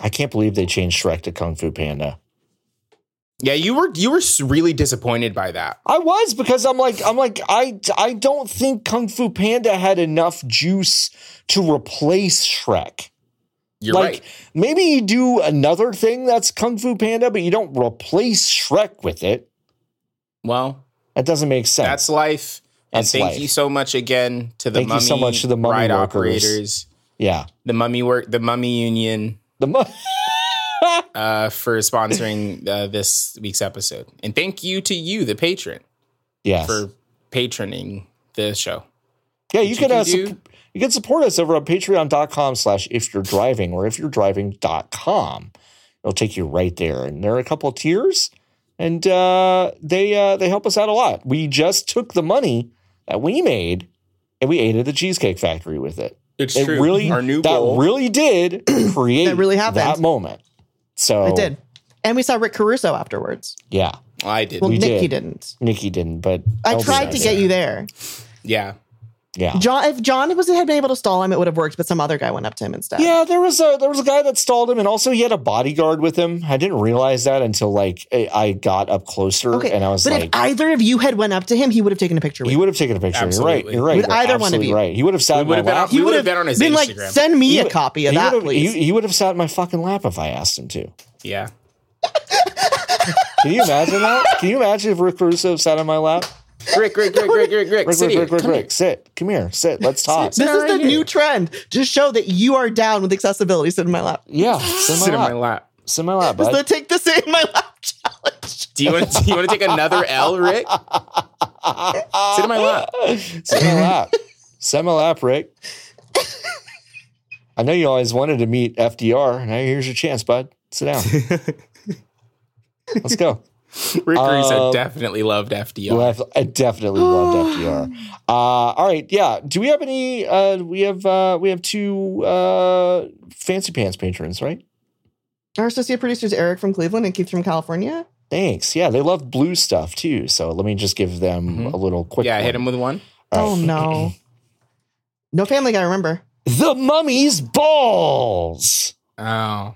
Speaker 2: I can't believe they changed Shrek to Kung Fu Panda.
Speaker 1: Yeah, you were you were really disappointed by that.
Speaker 2: I was because I'm like I'm like I I don't think Kung Fu Panda had enough juice to replace Shrek.
Speaker 1: You're
Speaker 2: like
Speaker 1: right.
Speaker 2: maybe you do another thing that's Kung Fu Panda, but you don't replace Shrek with it.
Speaker 1: Well,
Speaker 2: That doesn't make sense.
Speaker 1: that's life. And
Speaker 2: That's
Speaker 1: thank
Speaker 2: life.
Speaker 1: you so much again to the
Speaker 2: Thank
Speaker 1: mummy
Speaker 2: you so much to the mummy
Speaker 1: ride
Speaker 2: workers.
Speaker 1: operators,
Speaker 2: yeah.
Speaker 1: the mummy work, the mummy union
Speaker 2: The mo- (laughs)
Speaker 1: uh, for sponsoring uh, this week's episode. And thank you to you, the patron,
Speaker 2: yes.
Speaker 1: for patroning the show.
Speaker 2: yeah, you can,
Speaker 1: can
Speaker 2: uh,
Speaker 1: do-
Speaker 2: sup- you can support us over at patreon.com slash if you're driving or if you're driving.com. It'll take you right there. And there are a couple of tiers and uh, they uh, they help us out a lot. We just took the money that we made and we ate at the Cheesecake Factory with it.
Speaker 1: It's
Speaker 2: it really
Speaker 1: Our new
Speaker 2: that
Speaker 1: goal. (clears throat)
Speaker 2: really did (clears throat) create
Speaker 3: That really happened.
Speaker 2: that moment. So
Speaker 3: It did. And we saw Rick Caruso afterwards.
Speaker 2: Yeah,
Speaker 1: I did.
Speaker 3: Well,
Speaker 2: We
Speaker 3: Nikki
Speaker 2: did.
Speaker 3: didn't.
Speaker 2: Nikki didn't, but
Speaker 3: I
Speaker 2: Elsie
Speaker 3: tried to
Speaker 2: does.
Speaker 3: get you there.
Speaker 1: yeah.
Speaker 2: Yeah,
Speaker 3: John, if John was had been able to stall him, it would have worked. But some other guy went up to him instead.
Speaker 2: yeah. There was a there was a guy that stalled him, and also he had a bodyguard with him. I didn't realize that until like I I got up closer,
Speaker 3: Okay.
Speaker 2: and I was
Speaker 3: but if
Speaker 2: like,
Speaker 3: either of you had went up to him, he would have taken a picture. With
Speaker 2: he
Speaker 3: you.
Speaker 2: would have taken a picture.
Speaker 1: Absolutely.
Speaker 2: You're right. You're right.
Speaker 3: Would
Speaker 2: You're
Speaker 3: either one of
Speaker 2: absolutely
Speaker 3: you.
Speaker 2: Right. He would have sat.
Speaker 1: We
Speaker 2: in
Speaker 1: would
Speaker 2: my
Speaker 1: have been
Speaker 2: lap.
Speaker 1: on-
Speaker 3: He
Speaker 1: We
Speaker 3: would
Speaker 1: would've
Speaker 3: have
Speaker 1: been on his
Speaker 3: been
Speaker 1: Instagram.
Speaker 3: like, send me
Speaker 2: He
Speaker 3: a
Speaker 2: would-
Speaker 3: copy of
Speaker 2: he
Speaker 3: that,
Speaker 2: would have-
Speaker 3: please.
Speaker 2: He, he would have sat in my fucking lap if I asked him to.
Speaker 1: Yeah.
Speaker 2: Can you imagine that? Can you imagine if Rick Russo sat in my lap?
Speaker 1: Rick, Rick, Rick, Rick, Rick, Rick.
Speaker 2: Rick,
Speaker 1: sit
Speaker 2: Rick,
Speaker 1: here.
Speaker 2: Rick, Rick,
Speaker 1: Come
Speaker 2: Rick, sit. Come here. Sit. Let's talk.
Speaker 1: sit.
Speaker 3: this is
Speaker 1: right
Speaker 3: the
Speaker 1: here.
Speaker 3: new trend to show that you are down with accessibility. Sit in my lap.
Speaker 2: Yeah.
Speaker 1: here.
Speaker 2: Sit
Speaker 1: Sit
Speaker 2: in my lap.
Speaker 1: lap.
Speaker 2: Sit in my lap,
Speaker 3: Is
Speaker 2: bud.
Speaker 3: the take the sit in my lap (laughs) challenge?
Speaker 1: Do you want? Do you want to take another L, Rick? Sit in my lap.
Speaker 2: Sit
Speaker 3: (laughs)
Speaker 2: in my lap. Sit in my lap, Rick. I know you always wanted to meet FDR. Now here's your chance, bud. Sit down.
Speaker 1: (laughs)
Speaker 2: Let's go.
Speaker 1: Rick Russo
Speaker 2: Um,
Speaker 1: definitely loved FDR.
Speaker 2: Left, I definitely
Speaker 3: (gasps)
Speaker 2: loved FDR. Uh, all right, yeah. Do we have any? Uh, we have uh, we have two uh, fancy pants patrons, right?
Speaker 3: Our associate producers Eric from Cleveland and Keith from California.
Speaker 2: Thanks. Yeah, they love blue stuff too. So let me just give them
Speaker 1: Mhm.
Speaker 2: a little quick.
Speaker 1: yeah, I
Speaker 2: one.
Speaker 1: hit him with one.
Speaker 2: All
Speaker 3: Oh
Speaker 2: right.
Speaker 3: (laughs) no, no Family Guy. Remember,
Speaker 2: (laughs) The mummy's balls.
Speaker 1: Oh,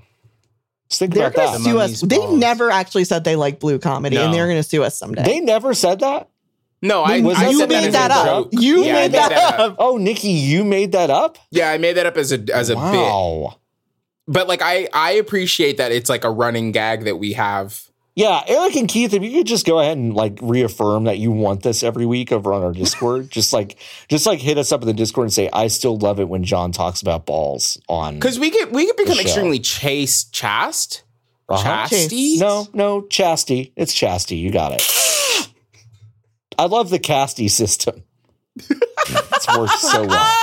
Speaker 2: Just think
Speaker 3: they're
Speaker 2: about that.
Speaker 3: going to sue us.
Speaker 1: Mummy's
Speaker 3: They
Speaker 1: balls.
Speaker 3: never actually said they like blue comedy,
Speaker 1: No.
Speaker 3: and they're going to sue us someday.
Speaker 2: They never said that.
Speaker 1: no! I,
Speaker 3: They-
Speaker 2: was
Speaker 1: I
Speaker 2: that
Speaker 3: you
Speaker 1: said
Speaker 2: said
Speaker 3: made
Speaker 1: as
Speaker 3: that
Speaker 1: a
Speaker 3: up.
Speaker 1: joke.
Speaker 3: You
Speaker 1: Yeah, I
Speaker 3: made that up.
Speaker 2: Oh, Nikki, you made that up.
Speaker 1: Yeah, I made that up as a as a bit.
Speaker 2: wow.
Speaker 1: But like, I I appreciate that it's like a running gag that we have.
Speaker 2: Yeah, Eric and Keith, if you could just go ahead and like reaffirm that you want this every week over on
Speaker 1: (laughs)
Speaker 2: our Discord, just like just like hit us up in the Discord and say I still love it when John talks about balls on.
Speaker 1: Because we could we could become
Speaker 2: show.
Speaker 1: extremely chase chast
Speaker 2: Uh-huh.
Speaker 1: chasty.
Speaker 2: No, no, chastity. It's chastity. You got it.
Speaker 1: (gasps)
Speaker 2: I love the casty
Speaker 1: (laughs)
Speaker 2: system. it's worked so well.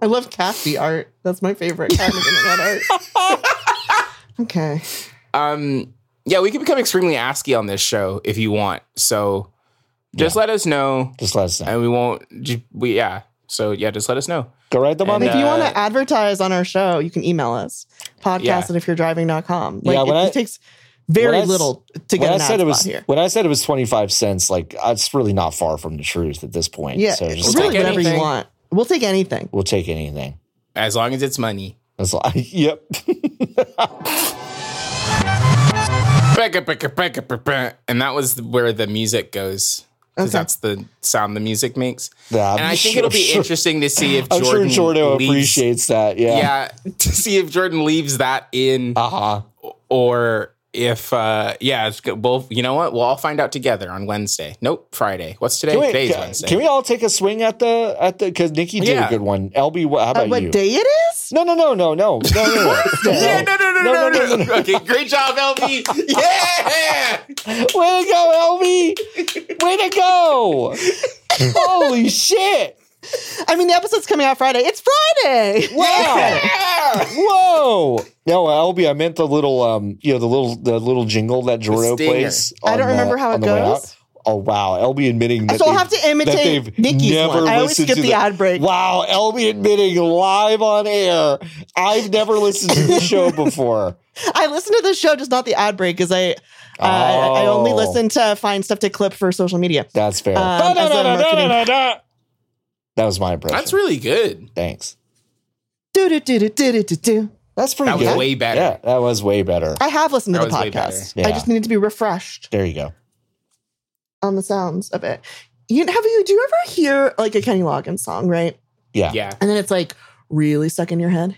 Speaker 3: I love Cassie art. That's my favorite kind of internet art. (laughs) Okay.
Speaker 1: Um, yeah, we could become extremely ASCII on this show if you want. So just let us know,
Speaker 2: Just let us know.
Speaker 1: and we won't. j- We yeah. So yeah, just let us know.
Speaker 2: Go right the
Speaker 1: And,
Speaker 2: mummy.
Speaker 3: if you want
Speaker 1: uh,
Speaker 3: to advertise on our show, you can email us podcast
Speaker 1: Yeah.
Speaker 3: at ifyou'redriving.com. Like
Speaker 2: Yeah, when
Speaker 3: it
Speaker 2: I-
Speaker 3: just takes very
Speaker 2: when I s-
Speaker 3: little to get
Speaker 2: when
Speaker 3: an
Speaker 2: I
Speaker 3: ad
Speaker 2: said it
Speaker 3: spot
Speaker 2: was
Speaker 3: here.
Speaker 2: when I said it was twenty five cents, like it's really not far from the truth at this point. (laughs)
Speaker 3: Yeah,
Speaker 2: so
Speaker 3: it's
Speaker 2: just
Speaker 3: really
Speaker 2: like,
Speaker 1: take
Speaker 3: whatever
Speaker 1: anything.
Speaker 3: you want. We'll take anything.
Speaker 2: we'll take anything.
Speaker 1: As long as it's money.
Speaker 2: It's like, (laughs) yep.
Speaker 1: Becca, becca, becca, becca. And that was where the music goes. Because
Speaker 3: Okay.
Speaker 1: that's the sound the music makes.
Speaker 2: Yeah, I'm
Speaker 1: and I think
Speaker 2: sure-
Speaker 1: it'll be
Speaker 2: sure-
Speaker 1: interesting to see if
Speaker 2: (laughs) I'm sure
Speaker 1: Jordan.
Speaker 2: Jordan
Speaker 1: leaves- (laughs)
Speaker 2: appreciates that. Yeah. Uh-huh.
Speaker 1: Yeah, to see if Jordan leaves that in
Speaker 2: Uh huh.
Speaker 1: or if uh yeah, it's good. Well, you know what? We'll all find out together on Wednesday. Nope, Friday. What's today?
Speaker 2: Can we,
Speaker 1: Today's
Speaker 2: can,
Speaker 1: Wednesday.
Speaker 2: can we all take a swing at the at the? Because Nikki did
Speaker 1: Yeah.
Speaker 2: a good one. LB, what, how
Speaker 3: Uh,
Speaker 2: about
Speaker 3: what
Speaker 2: you?
Speaker 3: day it is?
Speaker 2: No, no, no, no, no, no,
Speaker 3: (laughs)
Speaker 2: no, no.
Speaker 1: yeah, no, no, no, no, no, no, no, Okay, great job, LB. Yeah.
Speaker 2: Way to go, LB! Way to
Speaker 3: (laughs)
Speaker 2: go! Holy shit!
Speaker 3: I mean, the episode's coming out Friday. It's (laughs) Friday.
Speaker 2: Wow!
Speaker 1: yeah.
Speaker 2: Whoa! No, LB, I meant the little, um, you know, the little, the little jingle that Jordo
Speaker 1: stinger.
Speaker 2: plays.
Speaker 3: I don't
Speaker 2: on, uh,
Speaker 3: remember how
Speaker 2: on
Speaker 3: it
Speaker 2: the way
Speaker 3: goes.
Speaker 2: out. Oh wow, LB admitting that
Speaker 3: So I'll
Speaker 2: they've-
Speaker 3: have to
Speaker 2: that
Speaker 3: imitate
Speaker 2: they've
Speaker 3: Nikki's
Speaker 2: never
Speaker 3: one. I always
Speaker 2: listened
Speaker 3: skip
Speaker 2: to
Speaker 3: the, ad break.
Speaker 2: Wow, LB admitting live on air. I've never listened to the
Speaker 3: (laughs)
Speaker 2: show before.
Speaker 3: I listen to this show, just not the ad break, because I, uh, I I only
Speaker 2: Oh.
Speaker 3: listen to find stuff to clip for social media.
Speaker 2: That's fair.
Speaker 3: Um, as a marketing-
Speaker 2: That was my impression.
Speaker 1: That's really good.
Speaker 2: Thanks.
Speaker 3: Do do do do do do do do.
Speaker 2: That's pretty
Speaker 1: That was
Speaker 2: good.
Speaker 1: way better.
Speaker 2: Yeah, that was way better.
Speaker 3: I have listened to
Speaker 1: That
Speaker 3: the
Speaker 1: was way better.
Speaker 3: podcast. I
Speaker 2: Yeah.
Speaker 3: just needed to be refreshed
Speaker 2: There you go.
Speaker 3: on the sounds of it. You have you? Do you ever hear like a Kenny Loggins song, right?
Speaker 2: Yeah.
Speaker 1: Yeah.
Speaker 3: And then it's like really stuck in your head.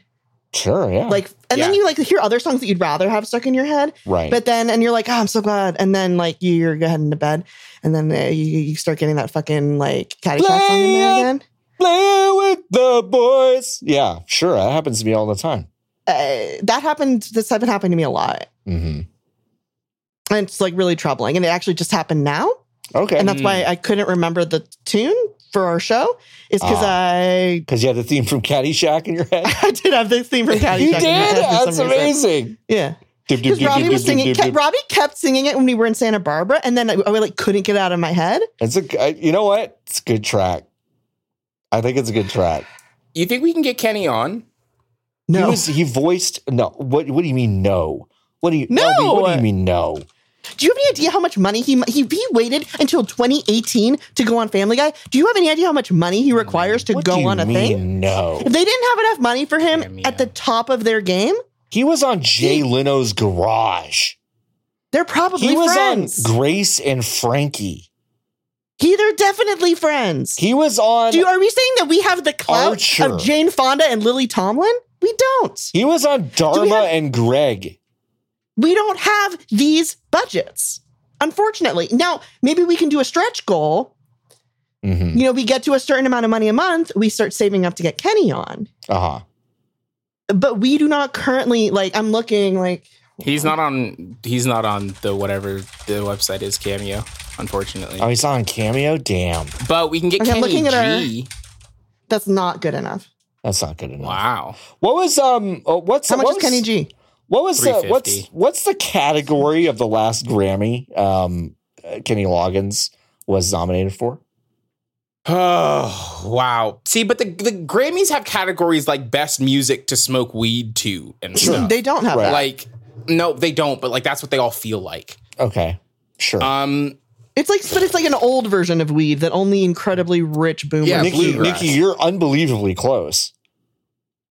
Speaker 2: Sure. Yeah.
Speaker 3: Like, and then
Speaker 1: Yeah.
Speaker 3: you like hear other songs that you'd rather have stuck in your head.
Speaker 2: right.
Speaker 3: But then, and you're like, oh, I'm so glad. And then, like, you're heading to bed, and then uh, you, you start getting that fucking like Caddyshack song in there
Speaker 2: Play it.
Speaker 3: again.
Speaker 2: Play with the boys. Yeah. Sure. That happens to me all the time.
Speaker 3: Uh, that happened. This has been happening to me a lot,
Speaker 2: hmm
Speaker 3: and it's like really troubling. And it actually just happened now,
Speaker 2: Okay.
Speaker 3: and that's
Speaker 2: Mm.
Speaker 3: why I couldn't remember the tune for our show. Is because
Speaker 2: Ah.
Speaker 3: I (laughs)
Speaker 2: Because you had the theme from Caddyshack in your head.
Speaker 3: I did have this theme from (laughs) Caddyshack.
Speaker 2: you
Speaker 3: in my
Speaker 2: did.
Speaker 3: head for some
Speaker 2: That's
Speaker 3: reason.
Speaker 2: amazing.
Speaker 3: Yeah,
Speaker 2: Dip, dip,
Speaker 3: because
Speaker 2: dip,
Speaker 3: Robbie
Speaker 2: dip,
Speaker 3: was
Speaker 2: dip,
Speaker 3: singing.
Speaker 2: dip,
Speaker 3: kept-
Speaker 2: dip.
Speaker 3: Robbie kept singing it when we were in Santa Barbara, and then I, I like couldn't get it out of my head.
Speaker 2: It's a. I- You know what? It's a good track. I think it's a good track.
Speaker 1: You think we can get Kenny on?
Speaker 3: No,
Speaker 2: He was. He voiced. No. What? What do you mean? No. What do you?
Speaker 3: No!
Speaker 2: LB, what do you mean? No.
Speaker 3: Do you have any idea how much money he he he waited until 2018 to go on Family Guy? Do you have any idea how much money he requires to
Speaker 2: What do
Speaker 3: go
Speaker 2: you
Speaker 3: on a
Speaker 2: mean,
Speaker 3: thing?
Speaker 2: No.
Speaker 3: If they didn't have enough money for him
Speaker 1: Damn,
Speaker 3: at the
Speaker 1: yeah.
Speaker 3: top of their game,
Speaker 2: He was on Jay Leno's Garage.
Speaker 3: they're probably
Speaker 2: He was
Speaker 3: friends.
Speaker 2: on Grace and Frankie.
Speaker 3: he they're definitely friends.
Speaker 2: He was on.
Speaker 3: Do you, are we saying that we have the clout
Speaker 2: Archer.
Speaker 3: of Jane Fonda and Lily Tomlin? We don't.
Speaker 2: he was on Dharma
Speaker 3: have-
Speaker 2: and Greg.
Speaker 3: We don't have these budgets. Unfortunately. Now, maybe we can do a stretch goal.
Speaker 2: Mm-hmm.
Speaker 3: You know, we get to a certain amount of money a month, we start saving up to get Kenny on.
Speaker 2: Uh huh.
Speaker 3: but we do not currently like i'm looking like
Speaker 1: He's not on. He's not on the whatever the website is cameo, unfortunately.
Speaker 2: Oh, he's on Cameo. Damn,
Speaker 1: But we can get
Speaker 3: Okay, I'm
Speaker 1: Kenny
Speaker 3: looking at our-
Speaker 1: G.
Speaker 3: that's not good enough
Speaker 2: that's not good enough.
Speaker 1: Wow.
Speaker 2: What was um? uh, What's
Speaker 3: how much
Speaker 2: what
Speaker 3: is
Speaker 2: was,
Speaker 3: kenny g
Speaker 2: What was the what's
Speaker 1: 350.
Speaker 2: what's the category of the last Grammy? Um, uh, Kenny Loggins was nominated for.
Speaker 1: Oh (sighs) wow! See, but the the Grammys have categories like best music to smoke weed to and stuff.
Speaker 3: they don't have
Speaker 2: Right.
Speaker 3: that
Speaker 1: like, no, they don't. But like, that's what they all feel like.
Speaker 2: Okay, sure.
Speaker 1: Um,
Speaker 3: it's like but it's like an old version of weed that only incredibly rich boomers
Speaker 1: Yeah,
Speaker 2: Nikki,
Speaker 1: Bluegrass.
Speaker 2: Nikki, you're unbelievably close.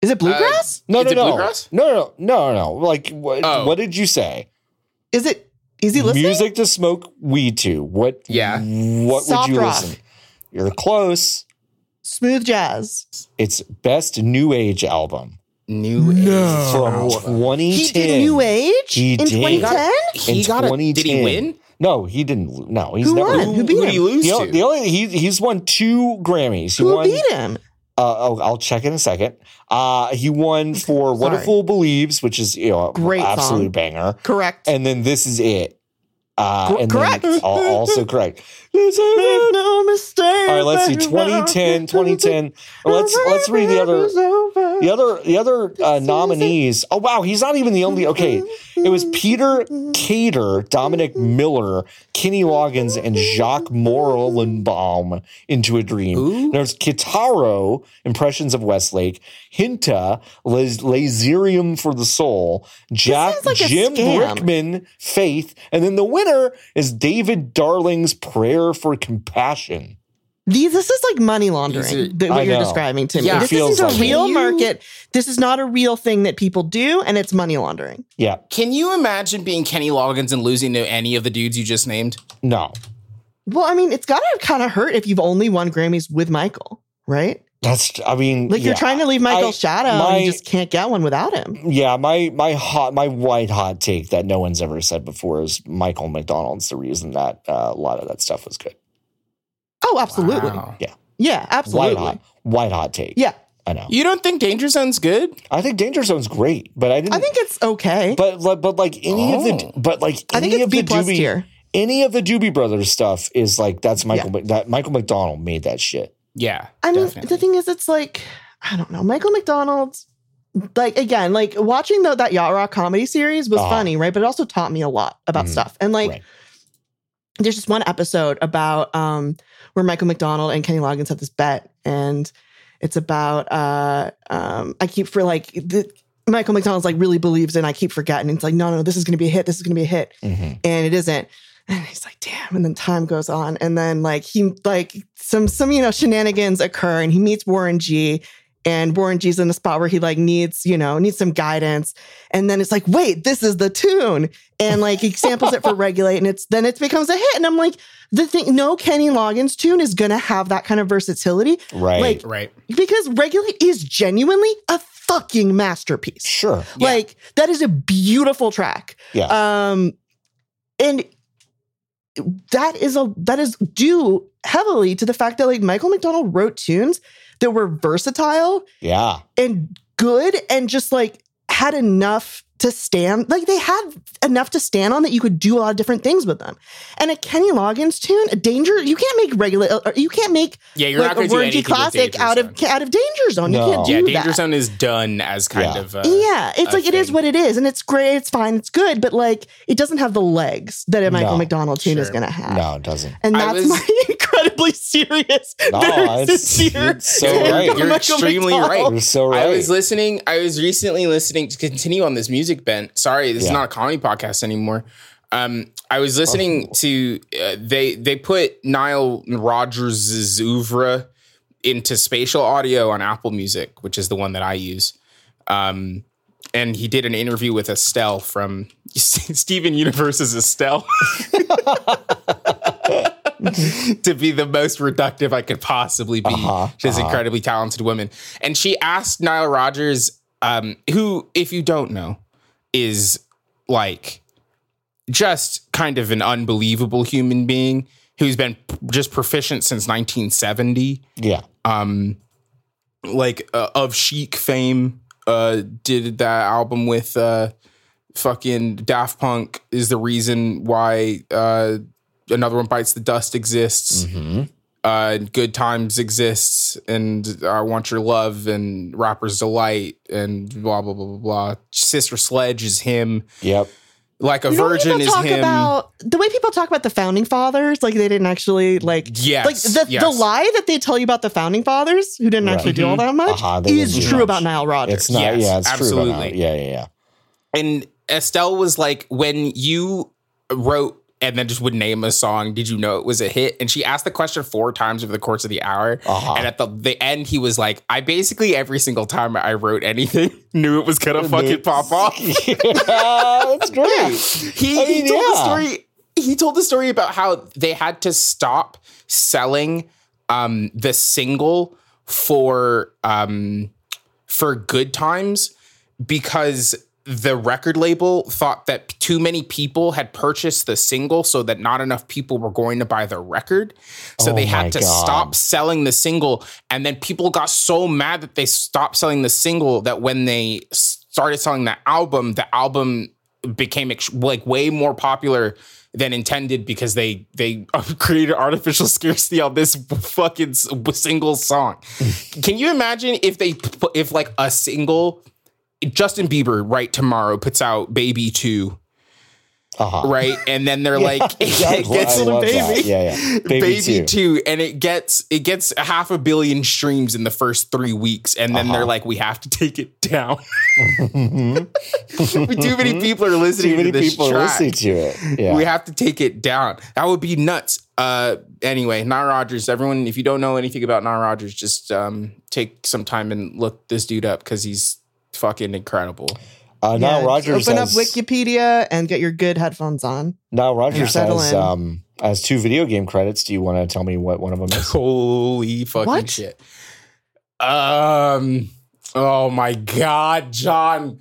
Speaker 3: is it bluegrass
Speaker 2: No,
Speaker 1: Is
Speaker 2: no,
Speaker 1: it
Speaker 2: no,
Speaker 1: bluegrass?
Speaker 2: no, no, no, no. Like, what,
Speaker 1: Oh.
Speaker 2: what did you say?
Speaker 3: is it is he listening
Speaker 2: Music to smoke weed to. What?
Speaker 1: Yeah.
Speaker 2: What
Speaker 3: Soft
Speaker 2: would you
Speaker 3: rock.
Speaker 2: listen? You're close.
Speaker 3: smooth jazz
Speaker 2: It's best new age album
Speaker 1: new Oh. age.
Speaker 2: from 2010.
Speaker 1: E
Speaker 3: he did new age
Speaker 2: He
Speaker 3: in
Speaker 2: did.
Speaker 3: 2010
Speaker 1: He
Speaker 2: in
Speaker 1: got a, did he
Speaker 2: 2010.
Speaker 1: win?
Speaker 2: No, he didn't. No, he's
Speaker 3: Who
Speaker 2: never.
Speaker 3: won? Who beat
Speaker 1: did he
Speaker 3: him?
Speaker 1: lose
Speaker 2: The,
Speaker 1: to?
Speaker 2: only- the only he, he's won two Grammys. He
Speaker 3: who
Speaker 2: won.
Speaker 3: beat him
Speaker 2: Uh, oh, I'll check in a second. Uh, he won for "What a
Speaker 3: Sorry.
Speaker 2: Fool Believes," which is you know
Speaker 3: Great
Speaker 2: absolute
Speaker 3: song.
Speaker 2: banger.
Speaker 3: correct
Speaker 2: And then this is it. Uh,
Speaker 3: Cor-
Speaker 2: and then
Speaker 3: correct.
Speaker 2: al-
Speaker 3: (laughs)
Speaker 2: also correct.
Speaker 3: Make
Speaker 2: All
Speaker 3: no mistake
Speaker 2: right, let's see. 2010, 2010. Let's let's read the other the other the other uh, nominees. Oh wow, he's not even the only. Okay, it was Peter
Speaker 3: Mm-hmm.
Speaker 2: Cater, Dominic Miller, Kenny Loggins, and
Speaker 3: Mm-hmm.
Speaker 2: Jacques Morellenbaum into a dream.
Speaker 1: Who?
Speaker 2: There's Kitaro, Impressions of Westlake, Hinta, Las- Laserium for the Soul, Jack
Speaker 3: sounds like a
Speaker 2: Jim
Speaker 3: scam.
Speaker 2: Rickman, Faith, and then the winner is David Darling's Prayer for Compassion.
Speaker 3: These, this is like money laundering
Speaker 1: These are-
Speaker 3: that what
Speaker 2: I
Speaker 3: you're
Speaker 2: know.
Speaker 3: describing to me.
Speaker 1: Yeah,
Speaker 3: this
Speaker 2: feels
Speaker 3: isn't a
Speaker 2: like it.
Speaker 3: real
Speaker 1: Can you-
Speaker 3: market. This is not a real thing that people do, and it's money laundering.
Speaker 2: Yeah,
Speaker 1: Can you imagine being Kenny Loggins and losing to any of the dudes you just named?
Speaker 2: no.
Speaker 3: Well, I mean, it's got to kind of hurt if you've only won Grammys with Michael, right?
Speaker 2: That's I mean
Speaker 3: Like you're
Speaker 2: yeah.
Speaker 3: trying to leave Michael
Speaker 2: I-
Speaker 3: Shadow, and
Speaker 2: my-
Speaker 3: you just can't get one without him.
Speaker 2: Yeah, my my hot my white hot take that no one's ever said before is Michael McDonald's the reason that uh, a lot of that stuff was good.
Speaker 3: Oh, absolutely.
Speaker 1: Wow.
Speaker 3: Yeah, absolutely.
Speaker 2: White hot, white hot take.
Speaker 3: Yeah,
Speaker 2: I know.
Speaker 1: You don't think Danger Zone's good?
Speaker 2: I think Danger Zone's great, but I didn't.
Speaker 3: I think it's okay.
Speaker 2: but but, but like any of
Speaker 1: Oh.
Speaker 2: the but like
Speaker 3: I think
Speaker 2: any
Speaker 3: it's
Speaker 2: of
Speaker 3: B
Speaker 2: the
Speaker 3: plus
Speaker 2: Doobie-
Speaker 3: tier.
Speaker 2: any of the Doobie Brothers stuff is like that's
Speaker 3: Yeah.
Speaker 2: Michael Mc- that Michael McDonald made that shit.
Speaker 1: Yeah.
Speaker 3: I mean,
Speaker 1: definitely.
Speaker 3: the thing is, it's like I don't know. Michael McDonald's, like again, like watching though that Yacht Rock comedy series was
Speaker 2: Uh-huh.
Speaker 3: funny, right? But it also taught me a lot about
Speaker 2: Mhm.
Speaker 3: stuff. And like,
Speaker 2: Right.
Speaker 3: there's just one episode about um where Michael McDonald and Kenny Loggins have this bet, and it's about uh um I keep for like the. Michael McDonald's like really believes in I keep forgetting. It's like, no, no, this is gonna be a hit. This is gonna be a hit
Speaker 2: Mhm.
Speaker 3: and it isn't. And he's like, damn. And then time goes on. And then like he like some some, you know, shenanigans occur and he meets Warren G. And Warren G's in a spot where he like needs, you know, needs some guidance. And then it's like, wait, this is the tune. And like he samples it for regulate and it's then it becomes a hit. And I'm like, the thing, no Kenny Loggins tune is gonna have that kind of versatility
Speaker 2: Right.
Speaker 3: Like-
Speaker 1: Right.
Speaker 3: because regulate is genuinely a fucking masterpiece.
Speaker 2: sure.
Speaker 1: Yeah.
Speaker 3: Like that is a beautiful track.
Speaker 2: Yeah.
Speaker 3: Um and that is a that is due heavily to the fact that like Michael McDonald wrote tunes that were versatile
Speaker 2: Yeah.
Speaker 3: and good and just like had enough to stand like they had enough to stand on that you could do a lot of different things with them. And a Kenny Loggins tune, a danger, you can't make regular or you can't make
Speaker 1: Yeah, you're not
Speaker 3: like
Speaker 1: going to
Speaker 3: a
Speaker 1: do
Speaker 3: Warren G
Speaker 1: anything with
Speaker 3: classic
Speaker 1: Danger
Speaker 3: out
Speaker 1: Zone.
Speaker 3: of out of danger zone.
Speaker 2: No.
Speaker 3: You can't do
Speaker 1: yeah, Danger
Speaker 3: that
Speaker 1: Zone is done as kind
Speaker 2: Yeah.
Speaker 1: of uh,
Speaker 3: yeah, it's
Speaker 1: a
Speaker 3: like it is
Speaker 1: thing.
Speaker 3: what it is, and it's great, it's fine, it's good, but like it doesn't have the legs that a Michael
Speaker 2: No,
Speaker 3: McDonald tune is
Speaker 1: sure.
Speaker 3: gonna have.
Speaker 2: No, it doesn't.
Speaker 3: And
Speaker 1: I
Speaker 3: that's
Speaker 1: was-
Speaker 3: my (laughs) incredibly serious,
Speaker 2: (laughs) No,
Speaker 3: very
Speaker 2: it's- (laughs)
Speaker 3: sincere.
Speaker 2: it's so
Speaker 3: take
Speaker 2: right.
Speaker 3: on
Speaker 1: You're
Speaker 3: Michael
Speaker 1: extremely
Speaker 3: McDonald.
Speaker 2: You're so
Speaker 1: I
Speaker 2: right.
Speaker 1: was listening. I was recently listening to continue on this music bent. Sorry, this is
Speaker 2: Yeah.
Speaker 1: not a comedy podcast anymore. Um, I was
Speaker 2: Oh.
Speaker 1: listening to uh, they they put Nile Rodgers' oeuvre into spatial audio on Apple Music, which is the one that I use. Um, and he did an interview with Estelle from (laughs) Steven Universe's Estelle (laughs) to be the most reductive I could possibly be.
Speaker 2: Uh-huh,
Speaker 1: She's an
Speaker 2: uh-huh.
Speaker 1: incredibly talented woman. And she asked Nile Rodgers, um, who, if you don't know, is like just kind of an unbelievable human being who's been p- just proficient since 1970
Speaker 2: yeah.
Speaker 1: um like uh, of chic fame uh did that album with uh fucking daft punk is the reason why uh another one bites the dust exists
Speaker 2: hmm
Speaker 1: uh good times exists and i want your love and rapper's delight and blah blah blah blah blah sister sledge is him
Speaker 2: Yep.
Speaker 1: like a
Speaker 3: You know when
Speaker 1: virgin
Speaker 3: people
Speaker 1: is
Speaker 3: talk
Speaker 1: him
Speaker 3: about the way people talk about the founding fathers, like they didn't actually like
Speaker 1: yes
Speaker 3: like the,
Speaker 1: yes.
Speaker 3: the lie that they tell you about the founding fathers who didn't
Speaker 2: Right.
Speaker 3: actually do all that much
Speaker 2: Uh-huh, they
Speaker 3: is
Speaker 2: didn't do
Speaker 3: true
Speaker 2: much.
Speaker 3: about Nile Rodgers.
Speaker 2: It's not.
Speaker 1: Yes,
Speaker 2: yeah. It's true. About,
Speaker 1: absolutely.
Speaker 2: yeah. Yeah. Yeah.
Speaker 1: And Estelle was like, when you wrote and then just would name a song, did you know it was a hit? And she asked the question four times over the course of the hour.
Speaker 2: Uh-huh.
Speaker 1: And at the, the end, he was like, I basically every single time I wrote anything (laughs) knew it was going to fucking pop off. (laughs)
Speaker 2: yeah, that's great.
Speaker 1: He, he
Speaker 2: I mean,
Speaker 1: told the
Speaker 2: yeah.
Speaker 1: story. He told the story about how they had to stop selling um, the single for um, for Good Times because the record label thought that too many people had purchased the single, so that not enough people were going to buy the record. So
Speaker 2: Oh
Speaker 1: they
Speaker 2: my
Speaker 1: had to
Speaker 2: God.
Speaker 1: stop selling the single, and then people got so mad that they stopped selling the single that when they started selling the album, the album became ex- like way more popular than intended because they they (laughs) created artificial scarcity on this fucking s- single
Speaker 2: (laughs)
Speaker 1: song. Can you imagine if they put, if like a single Justin Bieber right tomorrow puts out Baby 2,
Speaker 2: Uh-huh.
Speaker 1: right? And then they're like
Speaker 2: (laughs)
Speaker 1: (laughs)
Speaker 2: Yeah,
Speaker 1: it gets
Speaker 2: I
Speaker 1: little
Speaker 2: love that.
Speaker 1: baby
Speaker 2: Yeah,
Speaker 1: (laughs)
Speaker 2: yeah. Baby,
Speaker 1: baby,
Speaker 2: too.
Speaker 1: two. and it gets it gets a half a billion streams in the first three weeks and then
Speaker 2: Uh-huh.
Speaker 1: they're like we have to take it down (laughs) too
Speaker 2: (laughs)
Speaker 1: many people are listening
Speaker 2: Mm-hmm. Too
Speaker 1: to
Speaker 2: many
Speaker 1: this
Speaker 2: people
Speaker 1: track.
Speaker 2: listening to it. Yeah.
Speaker 1: we have to take it down that would be nuts uh anyway Nile Rodgers everyone if you don't know anything about Nile Rodgers just um take some time and look this dude up because he's fucking incredible
Speaker 2: uh,
Speaker 3: Yeah,
Speaker 2: now
Speaker 3: just
Speaker 2: Rogers
Speaker 3: Open
Speaker 2: has,
Speaker 3: up Wikipedia and get your good headphones on.
Speaker 2: Now Rogers
Speaker 3: Yeah.
Speaker 2: has
Speaker 3: Settle in.
Speaker 2: um
Speaker 1: (laughs)
Speaker 2: has two video game credits. Do you want to tell me what one of them is?
Speaker 1: holy fucking
Speaker 3: What?
Speaker 1: shit Um. Oh my God, John.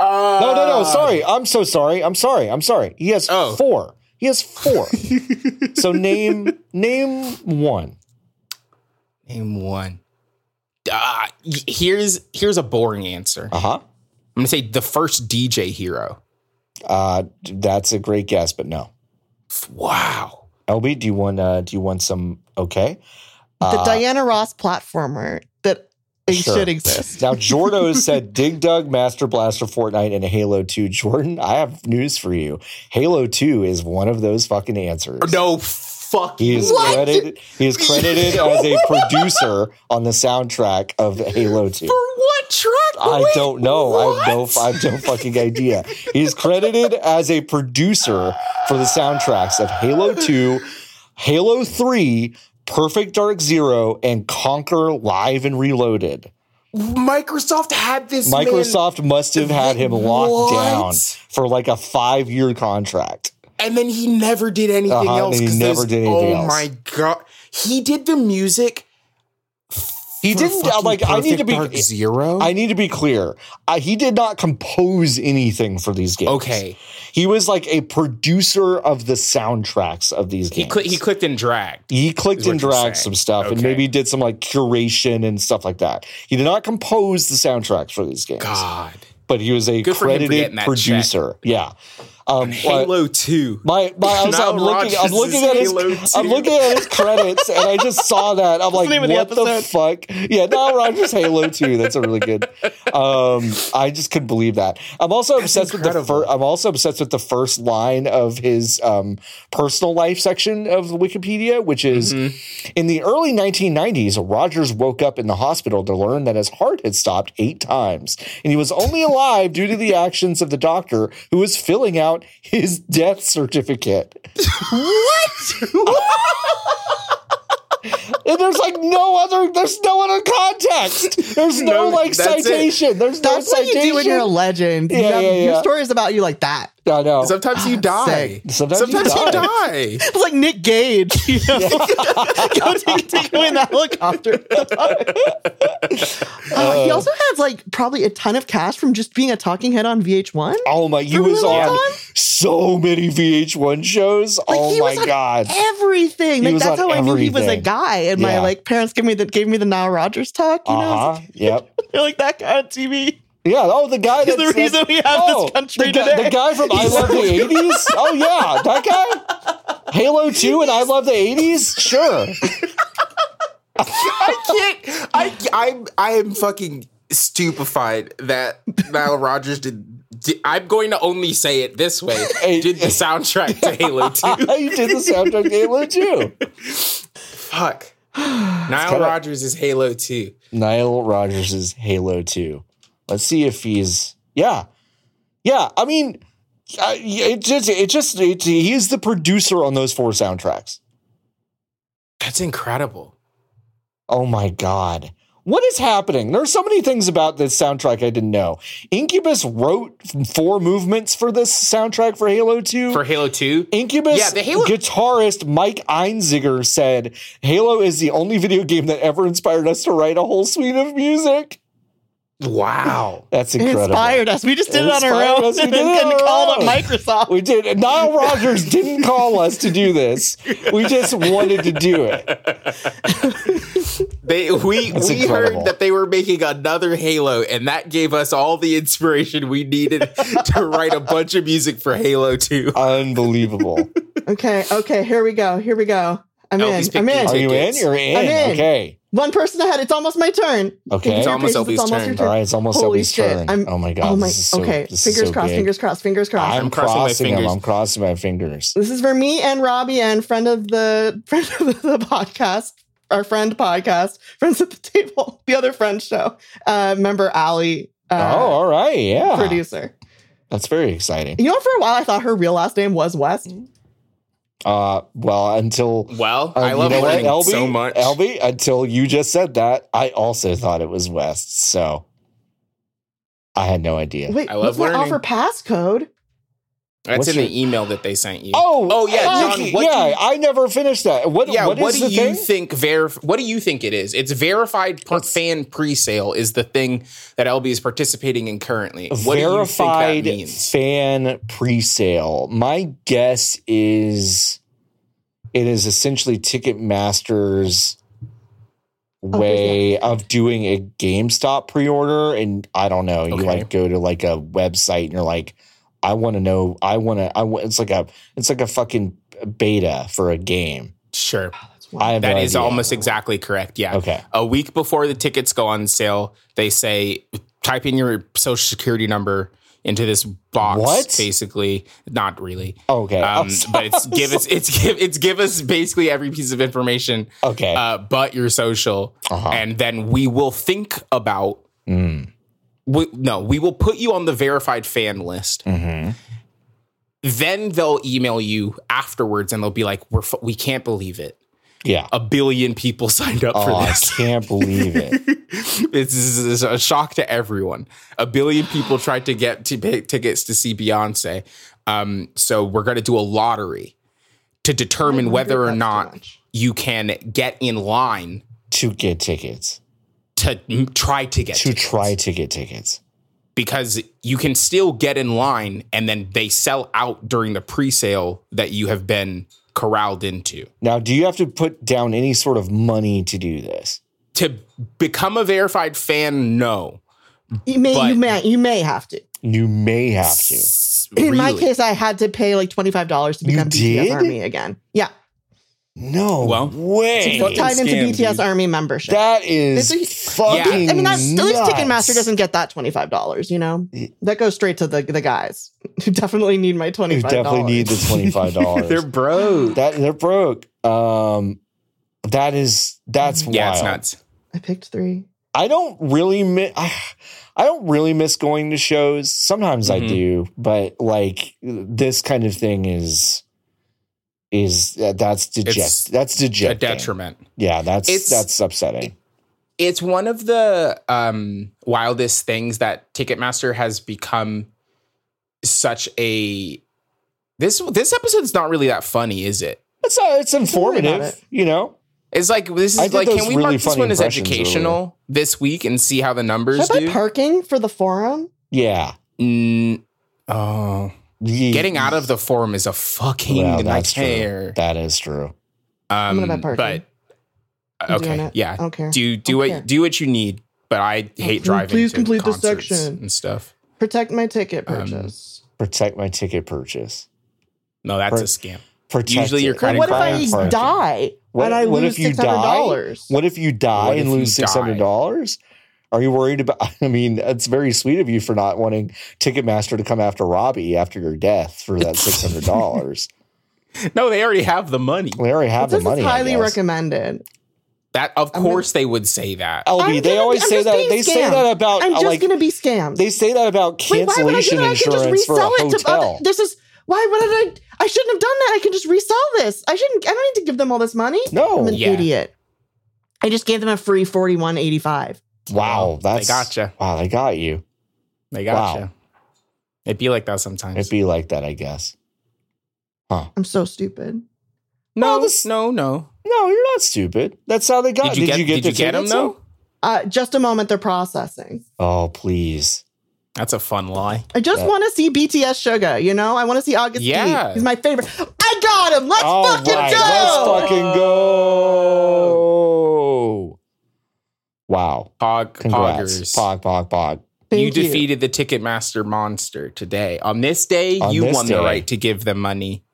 Speaker 1: Uh,
Speaker 2: No, no, no. Sorry. I'm so sorry. I'm sorry. I'm sorry. He has
Speaker 1: Oh.
Speaker 2: four. He has four.
Speaker 1: (laughs)
Speaker 2: so name name one.
Speaker 1: Name one. Uh, y- here's here's a boring answer. I'm
Speaker 2: Uh-huh.
Speaker 1: gonna say the first DJ hero.
Speaker 2: Uh that's a great guess, but no.
Speaker 1: Wow.
Speaker 2: LB, do you want uh do you want some okay?
Speaker 3: the
Speaker 2: Uh,
Speaker 3: Diana Ross platformer that it
Speaker 2: Sure.
Speaker 3: should
Speaker 2: (laughs)
Speaker 3: exist.
Speaker 2: Now,
Speaker 3: (laughs)
Speaker 2: Jordo said Dig Dug, Master Blaster, Fortnite, and Halo 2. Jordan, I have news for you. Halo 2 is one of those fucking answers.
Speaker 1: No fuck.
Speaker 2: He is
Speaker 1: what?
Speaker 2: credited, he is
Speaker 3: (laughs)
Speaker 2: credited as a producer on the soundtrack of Halo 2.
Speaker 1: For what track?
Speaker 2: I
Speaker 1: Wait,
Speaker 2: don't know. I have
Speaker 1: what?
Speaker 2: no I have no fucking idea. He's credited as a producer for the soundtracks
Speaker 1: (laughs)
Speaker 2: of Halo 2, Halo 3, Perfect Dark Zero, and Conquer Live and Reloaded.
Speaker 1: Microsoft had this. man-
Speaker 2: Microsoft must have had him locked
Speaker 1: What?
Speaker 2: down for like a five year contract.
Speaker 1: and then he never did anything
Speaker 2: Uh-huh, and
Speaker 1: else.
Speaker 2: he
Speaker 1: 'cause
Speaker 2: never
Speaker 1: those-
Speaker 2: did anything
Speaker 1: oh
Speaker 2: else.
Speaker 1: my god, he did the music.
Speaker 2: He
Speaker 1: for
Speaker 2: didn't
Speaker 1: fucking
Speaker 2: like. I need to
Speaker 1: Perfect
Speaker 2: be.
Speaker 1: Dark zero.
Speaker 2: I need to be clear. I, he did not compose anything for these games.
Speaker 1: okay,
Speaker 2: he was like a producer of the soundtracks of these
Speaker 1: he
Speaker 2: games.
Speaker 1: cli- he clicked and dragged.
Speaker 2: He clicked
Speaker 1: Is what
Speaker 2: and
Speaker 1: you're
Speaker 2: dragged
Speaker 1: saying.
Speaker 2: some stuff and
Speaker 1: Okay.
Speaker 2: maybe did some like curation and stuff like that. He did not compose the soundtracks for these games,
Speaker 1: God,
Speaker 2: but he was a
Speaker 1: Good for him for
Speaker 2: credited
Speaker 1: getting that
Speaker 2: producer. Yeah. Um, but
Speaker 1: Halo Two.
Speaker 2: my,
Speaker 1: (laughs)
Speaker 2: my, I was,
Speaker 1: Nile
Speaker 2: I'm, looking, I'm
Speaker 1: Rodgers'
Speaker 2: looking at his,
Speaker 1: Halo
Speaker 2: I'm
Speaker 1: 2.
Speaker 2: looking at his credits and I just saw that. I'm like,
Speaker 3: the name of the
Speaker 2: what the, fuck? Yeah, now Rogers Halo 2. That's a really good. Um, I just couldn't believe that. I'm also obsessed with the
Speaker 1: incredible.
Speaker 2: first, I'm also obsessed with the first line of his um, personal life section of Wikipedia, which is
Speaker 1: Mm-hmm.
Speaker 2: in the early 1990s, Rogers woke up in the hospital to learn that his heart had stopped eight times, and he was only (laughs) alive due to the actions of the doctor who was filling out his death certificate. (laughs) And there's like no other, there's no other context. There's no,
Speaker 1: No,
Speaker 2: like
Speaker 1: that's it.
Speaker 2: citation. There's no
Speaker 3: That's what
Speaker 2: citation.
Speaker 3: you do when you're a legend. You
Speaker 2: Yeah,
Speaker 3: have-
Speaker 2: yeah, yeah.
Speaker 3: Your stories about you like that.
Speaker 2: I know.
Speaker 1: Sometimes you die.
Speaker 3: Sick.
Speaker 2: Sometimes you
Speaker 1: you
Speaker 2: die.
Speaker 1: die.
Speaker 3: It's like Nick Gage. (laughs) You know? (laughs)
Speaker 2: (laughs)
Speaker 3: Go take, take away in the helicopter. Uh,
Speaker 2: Oh.
Speaker 3: he also has like probably a ton of cash from just being a talking head on VH1.
Speaker 2: Oh my! He
Speaker 3: For
Speaker 2: was
Speaker 3: real,
Speaker 2: on
Speaker 3: Don?
Speaker 2: so many VH1 shows. oh
Speaker 3: he
Speaker 2: my
Speaker 3: was on
Speaker 2: god!
Speaker 3: Everything. Like
Speaker 2: was
Speaker 3: that's
Speaker 2: on
Speaker 3: how I knew he was a
Speaker 2: everything.
Speaker 3: guy. And
Speaker 2: Yeah.
Speaker 3: my like parents gave me the gave me the Nile Rogers talk. You know,
Speaker 2: Uh huh. Yep.
Speaker 3: (laughs) they're like that guy on TV.
Speaker 2: Yeah. Oh, the guy.
Speaker 3: He's the
Speaker 2: that's-
Speaker 3: reason we have this country
Speaker 2: the, guy-
Speaker 3: today.
Speaker 2: the guy from I Love the '80s. Oh yeah, that guy.
Speaker 3: (laughs)
Speaker 2: Halo Two and I Love the '80s. Sure.
Speaker 1: (laughs) I can't. I I'm I am fucking stupefied that Nile Rodgers did, did- I'm going to only say it this way.
Speaker 2: (laughs) Hey.
Speaker 1: did the soundtrack to
Speaker 2: (laughs)
Speaker 1: Halo Two?
Speaker 2: you did the soundtrack to Halo Two.
Speaker 1: Fuck. Nile
Speaker 2: kinda-
Speaker 1: Rodgers is Halo Two.
Speaker 2: Nile Rodgers is Halo Two. Let's see if he's yeah, yeah. I mean, I- it just it just it, he is the producer on those four soundtracks.
Speaker 1: That's incredible.
Speaker 2: Oh my god. What is happening? There are so many things about this soundtrack I didn't know. Incubus wrote four movements for this soundtrack for Halo 2.
Speaker 1: For Halo Two,
Speaker 2: Incubus
Speaker 1: Yeah, the Halo-
Speaker 2: guitarist Mike Einziger said, Halo is the only video game that ever inspired us to write a whole suite of music.
Speaker 1: wow.
Speaker 2: That's
Speaker 3: It
Speaker 2: incredible.
Speaker 3: inspired us. We just did it, on
Speaker 2: Inspired
Speaker 3: our
Speaker 2: us. (laughs)
Speaker 3: own
Speaker 2: We
Speaker 3: and
Speaker 2: did
Speaker 3: then
Speaker 2: it on
Speaker 3: and
Speaker 2: our
Speaker 3: called
Speaker 2: own.
Speaker 3: up Microsoft.
Speaker 2: We did. and Nile Rodgers didn't call us to do this. We just wanted to do it.
Speaker 1: They we
Speaker 2: That's
Speaker 1: we
Speaker 2: incredible.
Speaker 1: heard that they were making another Halo, and that gave us all the inspiration we
Speaker 2: (laughs)
Speaker 1: needed to write a bunch of music for Halo Two.
Speaker 2: Uh, Unbelievable.
Speaker 3: Okay, okay, here we go. Here we go. I'm
Speaker 1: Oh,
Speaker 3: in.
Speaker 1: he's
Speaker 3: I'm
Speaker 1: picking
Speaker 2: Are
Speaker 3: in.
Speaker 1: you.
Speaker 2: you in?
Speaker 1: Tickets.
Speaker 2: You're in.
Speaker 3: I'm in.
Speaker 2: Okay.
Speaker 3: One person ahead. It's almost my turn.
Speaker 2: Okay.
Speaker 3: Give
Speaker 2: It's
Speaker 3: me your
Speaker 1: almost
Speaker 3: patience.
Speaker 1: Obi's
Speaker 3: It's almost
Speaker 1: turn.
Speaker 3: your
Speaker 2: All right. It's almost
Speaker 3: Holy
Speaker 2: Obi's
Speaker 3: shit.
Speaker 2: turn.
Speaker 3: I'm-
Speaker 2: oh my god.
Speaker 3: oh my.
Speaker 2: this is so,
Speaker 3: okay.
Speaker 2: this is
Speaker 3: Fingers
Speaker 2: so
Speaker 3: crossed.
Speaker 2: big.
Speaker 3: Fingers crossed. Fingers crossed.
Speaker 2: I'm,
Speaker 1: I'm crossing my
Speaker 2: crossing them.
Speaker 1: fingers.
Speaker 2: I'm crossing my fingers.
Speaker 3: This is for me and Robbie and friend of the (laughs) friend of the podcast, our friend podcast, (laughs) friends at the table, the other friend show, uh, member Allie,
Speaker 2: oh,
Speaker 3: uh,
Speaker 2: all right. Yeah.
Speaker 3: producer.
Speaker 2: That's very exciting.
Speaker 3: You know, for a while I thought her real last name was West.
Speaker 2: Mm-hmm. Uh, well, until
Speaker 1: Well,
Speaker 2: uh,
Speaker 1: I love
Speaker 2: you know
Speaker 1: learning
Speaker 2: what, LB,
Speaker 1: so much.
Speaker 2: LB, until you just said that, I also thought it was West. So I had no idea.
Speaker 3: Wait,
Speaker 1: I
Speaker 3: what's
Speaker 1: love
Speaker 3: my
Speaker 1: learning.
Speaker 3: offer passcode?
Speaker 1: That's
Speaker 2: What's
Speaker 1: in
Speaker 2: your-
Speaker 1: the email that they sent you.
Speaker 2: Oh,
Speaker 1: oh yeah,
Speaker 2: oh,
Speaker 1: John. What
Speaker 2: yeah,
Speaker 1: do you,
Speaker 2: I never finished that. What,
Speaker 1: yeah, what,
Speaker 2: is
Speaker 1: do
Speaker 2: the
Speaker 1: you
Speaker 2: thing?
Speaker 1: think? Verif- what do you think it is? It's verified per- fan presale is the thing that LB is participating in currently. What
Speaker 2: verified
Speaker 1: do you think that means?
Speaker 2: fan presale. My guess is it is essentially Ticketmaster's way of doing a GameStop pre-order and I don't know, you
Speaker 1: Okay.
Speaker 2: like go to like a website and you're like I want to know I want to I want it's like a it's like a fucking beta for a game.
Speaker 1: Sure,
Speaker 2: I have
Speaker 1: that is
Speaker 2: no idea.
Speaker 1: almost exactly correct. Yeah.
Speaker 2: Okay.
Speaker 1: A week before the tickets go on sale, they say type in your social security number into this box.
Speaker 2: What?
Speaker 1: Basically, not really.
Speaker 2: Oh, Okay.
Speaker 1: Um,
Speaker 2: (laughs) I'm so-
Speaker 1: but it's give us it's give it's give us basically every piece of information
Speaker 2: okay.
Speaker 1: uh, but your social,
Speaker 2: Uh-huh.
Speaker 1: and then we will think about.
Speaker 2: Mm.
Speaker 1: We, no, we will put you on the verified fan list.
Speaker 2: Mhm.
Speaker 1: Then they'll email you afterwards, and they'll be like, "We're f- we can't believe it.
Speaker 2: Yeah.
Speaker 1: A billion people (laughs) signed up
Speaker 2: Oh,
Speaker 1: for
Speaker 2: I
Speaker 1: this.
Speaker 2: can't
Speaker 1: (laughs)
Speaker 2: believe it.
Speaker 1: This is is a shock to everyone. A billion people tried to get t- pay- tickets to see Beyonce. Um, so we're going to do a lottery to determine whether or not you can get in line
Speaker 2: to get tickets.
Speaker 1: to m- try to get
Speaker 2: To
Speaker 1: tickets.
Speaker 2: try to get tickets.
Speaker 1: because you can still get in line and then they sell out during the pre-sale that you have been corralled into.
Speaker 2: Now, do you have to put down any sort of money to do this?
Speaker 1: To become a verified fan, no.
Speaker 3: You may,
Speaker 1: But-
Speaker 3: you may, you may have to.
Speaker 2: You may have to.
Speaker 1: S-
Speaker 3: In my
Speaker 1: really.
Speaker 3: case, (laughs) I had to pay like twenty five dollars to
Speaker 2: You
Speaker 3: become BTS
Speaker 2: did?
Speaker 3: Army again. Yeah,
Speaker 2: No
Speaker 1: Well,
Speaker 2: way.
Speaker 1: Fucking
Speaker 3: tied into
Speaker 1: scam,
Speaker 3: BTS
Speaker 1: dude.
Speaker 3: Army membership.
Speaker 2: That is
Speaker 3: This
Speaker 2: fucking.
Speaker 1: Yeah.
Speaker 3: I mean, that's, at least
Speaker 2: nuts.
Speaker 3: Ticketmaster doesn't get that twenty five dollars. You know,
Speaker 2: Yeah.
Speaker 3: that goes straight to the the guys (laughs) who definitely need my
Speaker 2: You
Speaker 3: twenty five.
Speaker 2: definitely need the
Speaker 1: (laughs)
Speaker 2: twenty five dollars.
Speaker 1: They're bro.
Speaker 2: that they're broke. Um, that is that's
Speaker 1: Yeah,
Speaker 2: wild.
Speaker 1: it's nuts.
Speaker 3: I picked three.
Speaker 2: I don't really miss. (sighs) I, I don't really miss going to shows. Sometimes I
Speaker 1: Mhm.
Speaker 2: do, but like this kind of thing is is uh, that's deject.
Speaker 1: It's
Speaker 2: that's
Speaker 1: A
Speaker 2: dejecting.
Speaker 1: detriment.
Speaker 2: Yeah, that's
Speaker 1: It's-
Speaker 2: that's upsetting.
Speaker 1: It's one of the um, wildest things that Ticketmaster has become such a this this episode's not really that funny, is it?
Speaker 2: It's uh, it's
Speaker 3: worry about
Speaker 2: informative,
Speaker 3: it.
Speaker 2: you know.
Speaker 1: It's like this
Speaker 2: I
Speaker 1: is
Speaker 2: did
Speaker 1: like
Speaker 2: those
Speaker 1: can we
Speaker 2: really
Speaker 1: mark this
Speaker 2: funny
Speaker 1: one as
Speaker 2: impressions
Speaker 1: educational this week and see how the numbers
Speaker 3: Should I
Speaker 1: do?
Speaker 3: buy parking for the forum?
Speaker 2: Yeah,
Speaker 1: Mm, oh,
Speaker 2: Ye-
Speaker 1: getting out of the forum is a fucking
Speaker 2: Well, that's true.
Speaker 1: nightmare.
Speaker 2: that is true.
Speaker 3: I'm
Speaker 1: Um,
Speaker 3: gonna buy parking.
Speaker 1: but
Speaker 3: I'm doing
Speaker 1: okay,
Speaker 3: it. I
Speaker 1: yeah,
Speaker 3: don't care.
Speaker 1: do do
Speaker 3: Okay. Oh,
Speaker 1: what do what you need. But I hate
Speaker 3: please-
Speaker 1: driving.
Speaker 3: please
Speaker 1: to
Speaker 3: complete this
Speaker 1: concerts
Speaker 3: section.
Speaker 1: and stuff.
Speaker 3: Protect my ticket
Speaker 1: Um,
Speaker 3: purchase.
Speaker 2: Protect my ticket purchase.
Speaker 1: No, that's
Speaker 2: Per-
Speaker 1: a scam.
Speaker 2: Protect
Speaker 1: Usually
Speaker 2: it.
Speaker 1: your
Speaker 3: But
Speaker 1: credit
Speaker 3: what if
Speaker 1: card
Speaker 3: I
Speaker 1: and
Speaker 2: Parking.
Speaker 3: die
Speaker 2: What-
Speaker 3: and I
Speaker 2: what
Speaker 3: lose
Speaker 2: if you
Speaker 3: six
Speaker 2: die?
Speaker 3: hundred dollars?
Speaker 2: What if you die
Speaker 1: What if
Speaker 2: and
Speaker 1: you
Speaker 2: lose
Speaker 1: die?
Speaker 2: six hundred dollars? Are you worried about? (laughs) I mean, it's very sweet of you for not wanting Ticketmaster to come after Robbie after your death for that
Speaker 1: (laughs)
Speaker 2: six hundred dollars.
Speaker 1: No, they already have the money.
Speaker 2: they already have
Speaker 3: It says
Speaker 2: the money.
Speaker 3: it's highly
Speaker 2: I guess.
Speaker 3: recommended.
Speaker 1: That of
Speaker 3: I'm gonna-
Speaker 1: course they would say that.
Speaker 2: LB,
Speaker 3: I'm
Speaker 2: they
Speaker 3: gonna-
Speaker 2: always
Speaker 3: I'm
Speaker 2: say
Speaker 3: just
Speaker 2: that.
Speaker 3: being
Speaker 2: They say
Speaker 3: scammed.
Speaker 2: that about
Speaker 3: I'm just
Speaker 2: like
Speaker 3: gonna be scammed.
Speaker 2: they say that about
Speaker 3: Wait, why would I do
Speaker 2: cancellation
Speaker 3: that? I can just
Speaker 2: insurance for a
Speaker 3: resell it to
Speaker 2: hotel.
Speaker 3: other, This is why would I? I shouldn't have done that. I can just resell this. I shouldn't. I don't need to give them all this money. I'm
Speaker 2: no,
Speaker 3: an
Speaker 1: Yeah.
Speaker 3: idiot. I just gave them a free forty one eighty five.
Speaker 2: wow, that's
Speaker 1: they gotcha.
Speaker 2: Wow, they got you.
Speaker 1: They
Speaker 2: Wow.
Speaker 1: gotcha. It'd be like that sometimes.
Speaker 2: It'd be like that, I guess.
Speaker 3: I'm so stupid.
Speaker 1: no,
Speaker 2: Well, this-
Speaker 1: no, no.
Speaker 2: No, you're not stupid. That's how they got.
Speaker 1: Did you get? Did you get,
Speaker 2: the
Speaker 1: them
Speaker 2: tickets,
Speaker 1: though?
Speaker 3: Uh, just a moment. They're processing.
Speaker 2: Oh, please.
Speaker 1: That's a fun lie.
Speaker 3: I just
Speaker 2: Yeah.
Speaker 3: want to see BTS Sugar. You know, I want to see August.
Speaker 1: Yeah.
Speaker 3: D. he's my favorite. I got him. Let's
Speaker 2: All
Speaker 3: fucking
Speaker 2: right,
Speaker 3: go.
Speaker 2: Let's fucking go. Wow.
Speaker 1: Pog
Speaker 2: Congrats.
Speaker 1: poggers.
Speaker 2: Pog, pog, pog.
Speaker 1: you
Speaker 3: Thank you.
Speaker 1: defeated the Ticketmaster monster today. On this day,
Speaker 2: On
Speaker 1: you
Speaker 2: this
Speaker 1: won the
Speaker 2: day.
Speaker 1: right to give them money.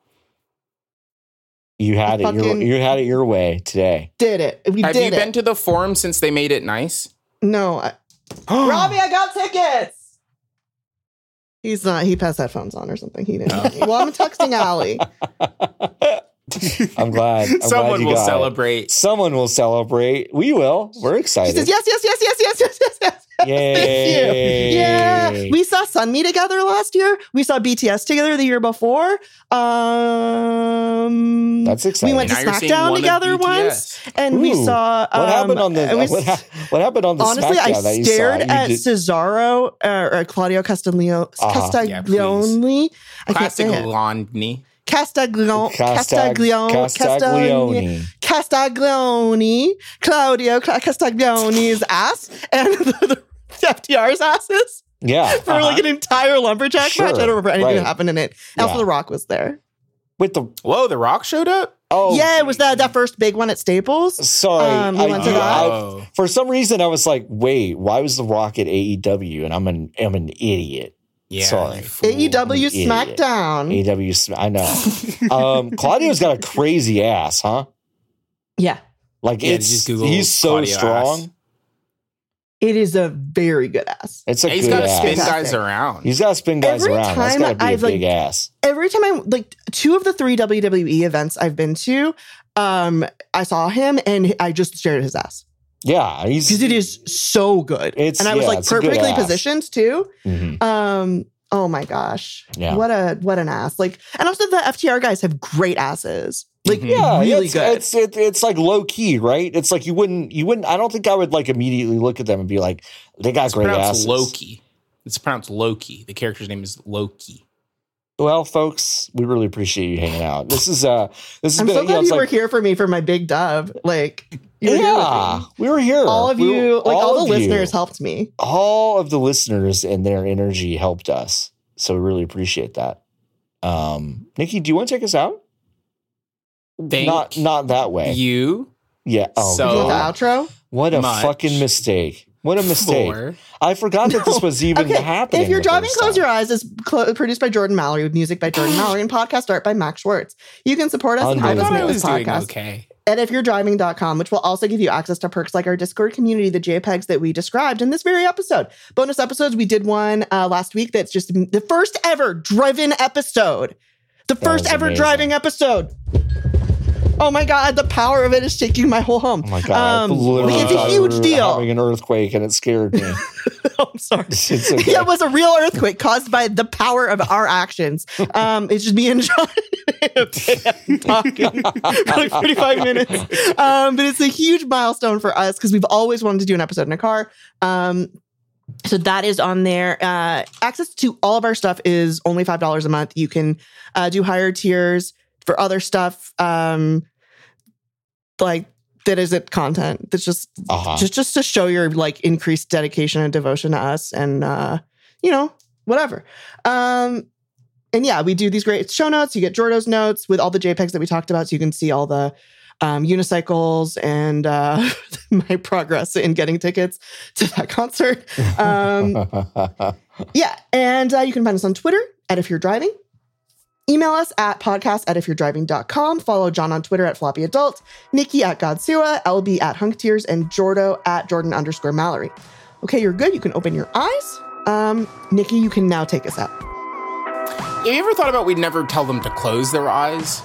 Speaker 2: You had it. Your,
Speaker 3: Fucking-
Speaker 2: you had it your way today.
Speaker 3: Did it? We
Speaker 1: Have you
Speaker 3: did
Speaker 1: been
Speaker 3: it.
Speaker 1: to the forum since they made it
Speaker 3: (gasps)
Speaker 1: nice? (gasps)
Speaker 3: no, I- Robbie, I got tickets. He's not. He passed headphones on or something. He didn't.
Speaker 2: Oh.
Speaker 3: Well, I'm
Speaker 2: (laughs)
Speaker 3: texting Allie.
Speaker 2: I'm glad. I'm
Speaker 1: (laughs)
Speaker 2: glad
Speaker 1: Someone
Speaker 2: you
Speaker 1: will
Speaker 2: got it.
Speaker 1: celebrate.
Speaker 2: Someone will celebrate. We will. We're
Speaker 3: She
Speaker 2: excited.
Speaker 3: says yes, yes, yes, yes, yes, yes, yes, yes.
Speaker 2: Yay.
Speaker 3: Yeah. We saw Sunmi together last year. We saw BTS together the year before. Um
Speaker 2: That's exciting.
Speaker 3: We went to
Speaker 1: Now you're seeing
Speaker 3: SmackDown
Speaker 1: one of
Speaker 3: together once.
Speaker 1: BTS.
Speaker 3: And we
Speaker 2: Ooh.
Speaker 3: saw um,
Speaker 2: what happened on the
Speaker 3: and we
Speaker 2: what,
Speaker 3: s-
Speaker 2: ha- what happened on the
Speaker 3: Honestly,
Speaker 2: SmackDown
Speaker 3: I
Speaker 2: that you
Speaker 3: stared
Speaker 2: saw? You
Speaker 3: at
Speaker 2: did-
Speaker 3: Cesaro uh, or Claudio Castagnoli.
Speaker 2: Uh-huh.
Speaker 1: Yeah, please.
Speaker 3: Castagnoli. I can't
Speaker 1: Classic
Speaker 3: say it.
Speaker 1: Londney.
Speaker 3: Castaglione,
Speaker 2: Castag-
Speaker 3: Castaglione, Castaglione,
Speaker 2: Castaglione.
Speaker 3: Castaglione, Claudio Cla- Castaglione's ass and (laughs) the, the FTR's asses
Speaker 2: Yeah,
Speaker 3: (laughs)
Speaker 2: Uh-huh.
Speaker 3: for like an entire lumberjack
Speaker 2: Sure,
Speaker 3: match. I don't remember anything
Speaker 2: right.
Speaker 3: that happened in it.
Speaker 2: Yeah.
Speaker 3: Alpha the Rock was there.
Speaker 2: with the
Speaker 1: Whoa, The Rock showed up?
Speaker 2: oh
Speaker 3: yeah, it was that that first big one at Staples.
Speaker 2: Sorry,
Speaker 3: Um, we
Speaker 2: I,
Speaker 3: went to
Speaker 2: I-
Speaker 3: that.
Speaker 1: Oh.
Speaker 2: for some reason I was like, wait, why was the Rock at AEW? And I'm an I'm an idiot.
Speaker 1: Yeah.
Speaker 2: Sorry.
Speaker 1: you fool.
Speaker 2: (laughs)
Speaker 3: AEW
Speaker 2: idiot.
Speaker 3: E SmackDown.
Speaker 2: AEW, sm- I
Speaker 3: (laughs)
Speaker 2: know. um, Claudio's got a crazy ass, huh?
Speaker 3: Yeah,
Speaker 2: Like
Speaker 1: Yeah,
Speaker 2: it's
Speaker 1: just
Speaker 2: he's
Speaker 1: Google
Speaker 2: so
Speaker 1: Claudio
Speaker 2: strong.
Speaker 1: ass.
Speaker 3: it is a very good ass.
Speaker 2: It's a
Speaker 1: He's
Speaker 2: good
Speaker 1: got to
Speaker 2: ass.
Speaker 1: spin
Speaker 3: Fantastic.
Speaker 1: guys around.
Speaker 2: He's got to spin guys
Speaker 3: Every
Speaker 2: around. That's
Speaker 3: time
Speaker 2: got to be
Speaker 3: I've,
Speaker 2: a big
Speaker 3: like-
Speaker 2: ass.
Speaker 3: Every time I like two of the three WWE events I've been to, um, I saw him and I just stared at his ass.
Speaker 2: Yeah, he's
Speaker 3: because it is so good.
Speaker 2: It's-
Speaker 3: and I was
Speaker 2: yeah,
Speaker 3: like
Speaker 2: it's a good
Speaker 3: perfectly
Speaker 2: ass.
Speaker 3: positioned too.
Speaker 2: Mhm.
Speaker 3: Um, oh my gosh,
Speaker 2: Yeah.
Speaker 3: what a what an ass! Like, and also the FTR guys have great asses. Like,
Speaker 1: Mhm.
Speaker 2: yeah,
Speaker 3: really
Speaker 2: it's,
Speaker 3: good.
Speaker 2: It's it, it's like low key, right? It's like you wouldn't you wouldn't. I don't think I would like immediately look at them and be like, they got
Speaker 1: It's
Speaker 2: great
Speaker 1: pronounced
Speaker 2: asses.
Speaker 1: Loki. It's pronounced Loki. The character's name is Loki.
Speaker 2: Well, folks, we really appreciate you hanging out. This is uh, this has
Speaker 3: I'm
Speaker 2: been
Speaker 3: so
Speaker 2: you
Speaker 3: glad
Speaker 2: know,
Speaker 3: you,
Speaker 2: it's
Speaker 3: were
Speaker 2: like,
Speaker 3: here for me for my big dub. Like, you were here with
Speaker 2: yeah,
Speaker 3: me.
Speaker 2: we were here.
Speaker 3: all of
Speaker 2: We were-
Speaker 3: you, like all,
Speaker 2: of
Speaker 3: the
Speaker 2: you.
Speaker 3: listeners, helped me.
Speaker 2: all of the listeners and their energy helped us. So we really appreciate that. Um, Nikki, do you want to take us out?
Speaker 1: Thank
Speaker 2: not not that way.
Speaker 1: You
Speaker 2: yeah. Oh,
Speaker 1: so
Speaker 3: You want
Speaker 2: God.
Speaker 3: the outro.
Speaker 2: what a
Speaker 1: much
Speaker 2: fucking mistake!
Speaker 1: (laughs)
Speaker 2: What a mistake!
Speaker 1: for
Speaker 2: I forgot that this
Speaker 3: No.
Speaker 2: was even happening.
Speaker 3: If you're
Speaker 2: the
Speaker 3: driving,
Speaker 2: first
Speaker 3: close
Speaker 2: time.
Speaker 3: your eyes. is clo- produced by Jordan Mallory with music by Jordan Mallory and podcast art by Max Schwartz. You can support us and help
Speaker 1: I
Speaker 3: us
Speaker 1: thought
Speaker 2: Unbelievable.
Speaker 1: I
Speaker 3: make
Speaker 1: was
Speaker 3: this
Speaker 1: doing
Speaker 3: podcast.
Speaker 1: okay.
Speaker 3: at ifyou'redriving.com, which will also give you access to perks like our Discord community, the JPEGs that we described in this very episode. Bonus episodes, we did one uh, last week that's just the first ever driven episode. The first
Speaker 2: was
Speaker 3: ever
Speaker 2: amazing.
Speaker 3: driving episode. Oh my God, the power of it is shaking my whole home.
Speaker 2: Oh my god!
Speaker 3: Um,
Speaker 2: Literally
Speaker 3: it's a
Speaker 2: thought we
Speaker 3: huge
Speaker 2: were
Speaker 3: deal. Oh,
Speaker 2: Having an earthquake and it scared me. (laughs)
Speaker 3: (laughs) I'm sorry.
Speaker 2: it's okay.
Speaker 3: Yeah, it was a real earthquake caused by the power of our actions. Um, it's just me and John (laughs) in a van talking for (laughs) like 45 minutes. Um, but it's a huge milestone for us because we've always wanted to do an episode in a car. Um, so that is on there. Uh, access to all of our stuff is only $5 a month. You can uh, do higher tiers for other stuff. Um, like that isn't content. That's just
Speaker 2: (laughs) Uh-huh.
Speaker 3: just just to show your like increased dedication and devotion to us and uh you know whatever um and yeah we do these great show notes you get jordo's notes with all the jpegs that we talked about so you can see all the um, unicycles and uh, (laughs) my progress in getting tickets to that concert um,
Speaker 2: (laughs)
Speaker 3: yeah. And uh, you can find us on Twitter at If You're Driving. Email us at podcast at ifyou'redriving.com. Follow John on Twitter at floppy adult, Nikki at Godsua, LB at hunk tears, and Jordo at Jordan underscore Mallory. Okay, you're good. You can open your eyes. Um, Nikki, you can now take us out.
Speaker 1: Have you ever thought about we'd never tell them to close their eyes?